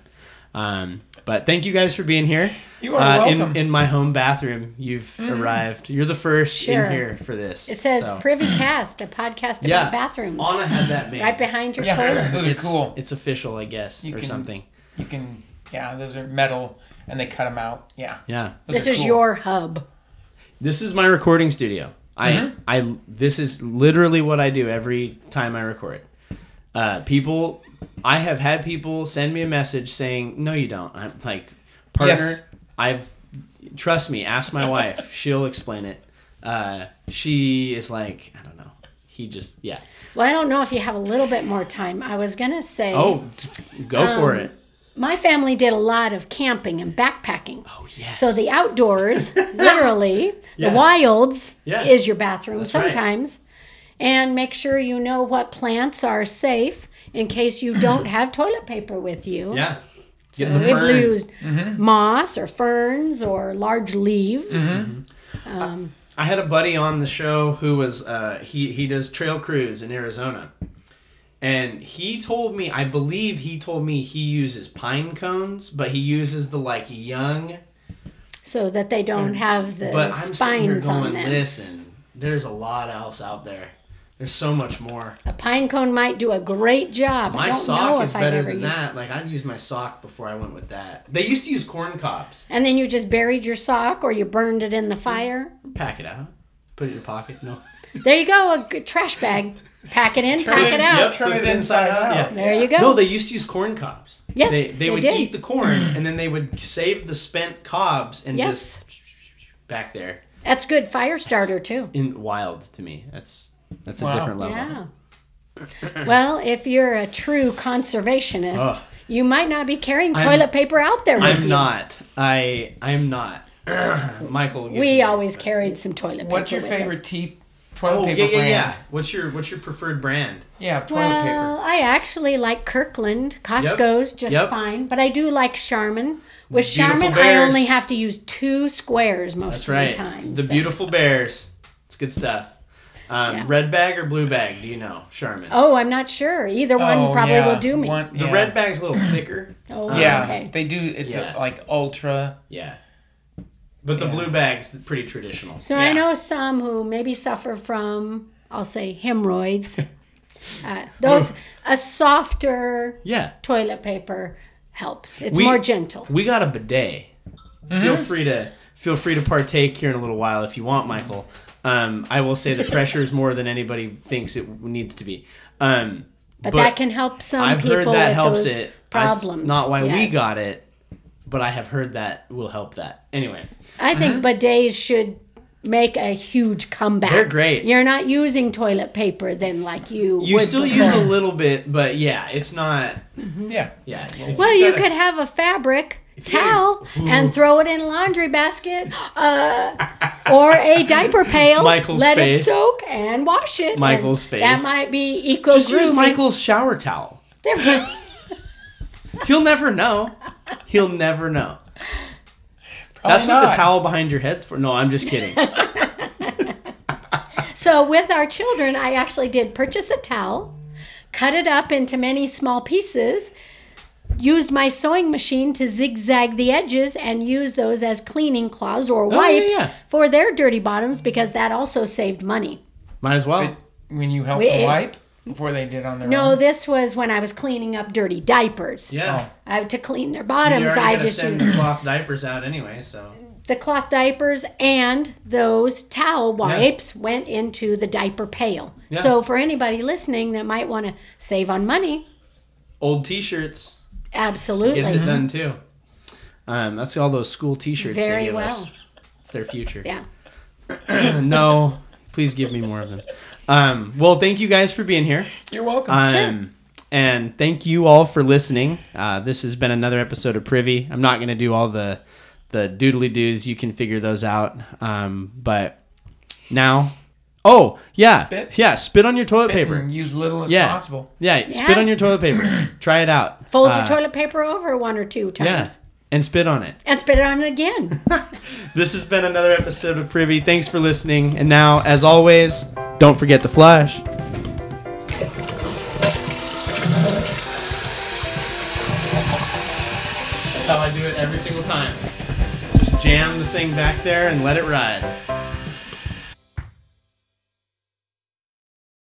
[SPEAKER 3] Um, but thank you guys for being here. Uh,
[SPEAKER 1] You are
[SPEAKER 3] in
[SPEAKER 1] welcome.
[SPEAKER 3] in my home bathroom. You've arrived. You're the first
[SPEAKER 2] Sure.
[SPEAKER 3] in here for this.
[SPEAKER 2] It says
[SPEAKER 3] so.
[SPEAKER 2] Privy Cast, a podcast about
[SPEAKER 3] Yeah.
[SPEAKER 2] bathrooms,
[SPEAKER 3] Anna had that made.
[SPEAKER 2] right behind your
[SPEAKER 1] yeah,
[SPEAKER 2] toilet.
[SPEAKER 1] those are
[SPEAKER 3] it's,
[SPEAKER 1] cool.
[SPEAKER 3] It's official, I guess,
[SPEAKER 1] You
[SPEAKER 3] or
[SPEAKER 1] can-
[SPEAKER 3] something.
[SPEAKER 1] You can yeah, those are metal and they cut them out. Yeah.
[SPEAKER 3] Yeah.
[SPEAKER 1] Those
[SPEAKER 2] This
[SPEAKER 1] are
[SPEAKER 2] is
[SPEAKER 1] cool.
[SPEAKER 2] your hub.
[SPEAKER 3] This is my recording studio. I I this is literally what I do every time I record. Uh, people, I have had people send me a message saying, "No, you don't." I'm like, partner,
[SPEAKER 1] Yes.
[SPEAKER 3] I've trust me. Ask my wife; she'll explain it. Uh, she is like, I don't know. He just yeah.
[SPEAKER 2] Well, I don't know if you have a little bit more time. I was gonna say,
[SPEAKER 3] Oh, go for it.
[SPEAKER 2] my family did a lot of camping and backpacking.
[SPEAKER 3] Oh yes.
[SPEAKER 2] So the outdoors, literally,
[SPEAKER 3] Yeah.
[SPEAKER 2] the wilds
[SPEAKER 3] Yeah.
[SPEAKER 2] is your bathroom
[SPEAKER 3] That's right.
[SPEAKER 2] sometimes. And make sure you know what plants are safe in case you don't have toilet paper with you.
[SPEAKER 3] yeah. Get the
[SPEAKER 2] We've
[SPEAKER 3] fern. Mm-hmm.
[SPEAKER 2] used moss or ferns or large leaves.
[SPEAKER 3] Mm-hmm. I had a buddy on the show who was uh, he he does trail crews in Arizona, and he told me I believe he told me he uses pine cones, but he uses the like young.
[SPEAKER 2] So that they don't have the
[SPEAKER 3] Mm. But I'm sitting here
[SPEAKER 2] spines on
[SPEAKER 3] going,
[SPEAKER 2] them.
[SPEAKER 3] listen, there's a lot else out there. There's so much more.
[SPEAKER 2] A pine cone might do a great job. I
[SPEAKER 3] My
[SPEAKER 2] don't know
[SPEAKER 3] sock
[SPEAKER 2] if
[SPEAKER 3] is
[SPEAKER 2] I've
[SPEAKER 3] better
[SPEAKER 2] ever
[SPEAKER 3] than
[SPEAKER 2] used
[SPEAKER 3] that. Like I'd use my sock before I went with that. They used to use corn cobs.
[SPEAKER 2] And then you just buried your sock or you burned it in the
[SPEAKER 3] Mm.
[SPEAKER 2] fire.
[SPEAKER 3] Pack it out, put it in your pocket. No,
[SPEAKER 2] There you go, a g- trash bag. Pack it in, pack it
[SPEAKER 1] it-
[SPEAKER 2] out.
[SPEAKER 1] yep. turn
[SPEAKER 3] flip
[SPEAKER 1] it inside out.
[SPEAKER 3] Yeah.
[SPEAKER 2] There you go.
[SPEAKER 3] No, they used to use corn cobs.
[SPEAKER 2] Yes,
[SPEAKER 3] they, they,
[SPEAKER 2] they
[SPEAKER 3] would
[SPEAKER 2] did.
[SPEAKER 3] eat the corn and then they would save the spent cobs and
[SPEAKER 2] Yes.
[SPEAKER 3] just back there
[SPEAKER 2] That's good fire starter too.
[SPEAKER 3] in wild to me. That's that's a
[SPEAKER 1] Wow.
[SPEAKER 3] different level.
[SPEAKER 2] Yeah. Well, if you're a true conservationist,
[SPEAKER 3] Ugh.
[SPEAKER 2] you might not be carrying
[SPEAKER 3] I'm-
[SPEAKER 2] toilet paper out there with
[SPEAKER 3] I'm
[SPEAKER 2] you.
[SPEAKER 3] not. I I'm not. Michael, gives
[SPEAKER 2] We
[SPEAKER 3] you-
[SPEAKER 2] always carried some toilet paper.
[SPEAKER 1] What's your
[SPEAKER 2] with us.
[SPEAKER 1] favorite tea toilet
[SPEAKER 3] Oh
[SPEAKER 1] paper
[SPEAKER 3] yeah, yeah,
[SPEAKER 1] brand?
[SPEAKER 3] yeah. What's your what's your preferred brand?
[SPEAKER 1] Yeah, toilet
[SPEAKER 2] Well,
[SPEAKER 1] paper.
[SPEAKER 2] I actually like Kirkland. Costco's just
[SPEAKER 3] Yep.
[SPEAKER 2] fine, but I do like Charmin. With
[SPEAKER 3] Beautiful
[SPEAKER 2] Charmin, I
[SPEAKER 3] bears.
[SPEAKER 2] only have to use two squares most
[SPEAKER 3] That's
[SPEAKER 2] of
[SPEAKER 3] right.
[SPEAKER 2] the time.
[SPEAKER 3] the
[SPEAKER 2] so-
[SPEAKER 3] beautiful bears. It's good stuff. Um,
[SPEAKER 2] Yeah.
[SPEAKER 3] Red bag or blue bag? Do you know, Charmin?
[SPEAKER 2] Oh, I'm not sure. Either one
[SPEAKER 1] Oh,
[SPEAKER 2] probably
[SPEAKER 1] yeah.
[SPEAKER 2] will do me.
[SPEAKER 1] One-
[SPEAKER 3] the
[SPEAKER 1] yeah.
[SPEAKER 3] red bag's a little thicker.
[SPEAKER 2] Oh,
[SPEAKER 1] Yeah,
[SPEAKER 2] okay.
[SPEAKER 1] they do. It's a-
[SPEAKER 3] Yeah.
[SPEAKER 1] like ultra.
[SPEAKER 3] Yeah. But the
[SPEAKER 1] Yeah.
[SPEAKER 3] blue bag's pretty traditional.
[SPEAKER 2] So I
[SPEAKER 1] Yeah.
[SPEAKER 2] know some who maybe suffer from, I'll say, hemorrhoids. uh, those a softer
[SPEAKER 3] Yeah.
[SPEAKER 2] toilet paper helps. It's
[SPEAKER 3] We-
[SPEAKER 2] more gentle.
[SPEAKER 3] We got a bidet.
[SPEAKER 2] Mm-hmm.
[SPEAKER 3] Feel free to feel free to partake here in a little while if you want, Michael. Um, I will say the pressure is more than anybody thinks it needs to be. Um,
[SPEAKER 2] But, that can help some
[SPEAKER 3] I've
[SPEAKER 2] people
[SPEAKER 3] heard that
[SPEAKER 2] with
[SPEAKER 3] helps
[SPEAKER 2] those
[SPEAKER 3] it.
[SPEAKER 2] problems.
[SPEAKER 3] That's not why we
[SPEAKER 2] Yes.
[SPEAKER 3] got it, but I have heard that will help that. Anyway,
[SPEAKER 2] I think bidets should make a huge comeback.
[SPEAKER 3] Uh-huh. They're great.
[SPEAKER 2] You're not using toilet paper then like you
[SPEAKER 3] you
[SPEAKER 2] would
[SPEAKER 3] still
[SPEAKER 2] before.
[SPEAKER 3] use a little bit, but yeah, it's not.
[SPEAKER 1] Yeah.
[SPEAKER 3] Yeah,
[SPEAKER 2] Well, you
[SPEAKER 3] gotta-
[SPEAKER 2] could have a fabric
[SPEAKER 3] you-
[SPEAKER 2] towel and throw it in a laundry basket uh, or a diaper pail.
[SPEAKER 3] Michael's
[SPEAKER 2] let
[SPEAKER 3] face.
[SPEAKER 2] it soak and wash it. and
[SPEAKER 3] Michael's face.
[SPEAKER 2] That might be eco
[SPEAKER 3] just use
[SPEAKER 2] grooming.
[SPEAKER 3] Michael's shower towel.
[SPEAKER 2] There-
[SPEAKER 3] He'll never know. He'll never know.
[SPEAKER 1] Probably
[SPEAKER 3] That's what the
[SPEAKER 1] not.
[SPEAKER 3] towel behind your head's for. No, I'm just kidding.
[SPEAKER 2] So with our children, I actually did purchase a towel, cut it up into many small pieces, used my sewing machine to zigzag the edges and used those as cleaning cloths or
[SPEAKER 3] Oh, yeah,
[SPEAKER 2] wipes
[SPEAKER 3] yeah.
[SPEAKER 2] for their dirty bottoms because that also saved money.
[SPEAKER 3] Might as well.
[SPEAKER 1] When you help
[SPEAKER 2] We-
[SPEAKER 1] them wipe before they did on their
[SPEAKER 2] No,
[SPEAKER 1] own. Oh.
[SPEAKER 2] this was when I was cleaning up dirty diapers.
[SPEAKER 3] Yeah.
[SPEAKER 2] I had to clean their
[SPEAKER 3] You're
[SPEAKER 2] bottoms.
[SPEAKER 3] already
[SPEAKER 2] I
[SPEAKER 3] gonna
[SPEAKER 2] just
[SPEAKER 3] send
[SPEAKER 2] used
[SPEAKER 3] cloth diapers out anyway, so
[SPEAKER 2] the cloth diapers and those towel wipes went into the diaper pail.
[SPEAKER 3] Yeah.
[SPEAKER 2] So for anybody listening that might want to save on money,
[SPEAKER 3] old T-shirts
[SPEAKER 2] absolutely.
[SPEAKER 3] gets it done too. Um, that's all those school T-shirts
[SPEAKER 2] uh-huh. Very
[SPEAKER 3] they give
[SPEAKER 2] well.
[SPEAKER 3] us. It's their future. Uh,
[SPEAKER 2] Yeah.
[SPEAKER 3] no, please give me more of them. Um, well, thank you guys for being here.
[SPEAKER 1] You're welcome.
[SPEAKER 3] Um, And thank you all for listening. Uh, this has been another episode of Privy. I'm not going to do all the the doodly doos. You can figure those out. Um, but now, oh yeah,
[SPEAKER 1] Spit?
[SPEAKER 3] yeah, spit on your toilet paper.
[SPEAKER 1] And use little as
[SPEAKER 3] Yeah,
[SPEAKER 1] possible.
[SPEAKER 3] yeah, spit
[SPEAKER 2] Yeah.
[SPEAKER 3] on your toilet paper. Try it out.
[SPEAKER 2] Fold
[SPEAKER 3] Uh,
[SPEAKER 2] your toilet paper over one or two times
[SPEAKER 3] Yeah, and spit on it.
[SPEAKER 2] and spit it on it again.
[SPEAKER 3] This has been another episode of Privy. Thanks for listening. And now, as always, don't forget to flush. That's how I do it every single time. Just jam the thing back there and let it ride.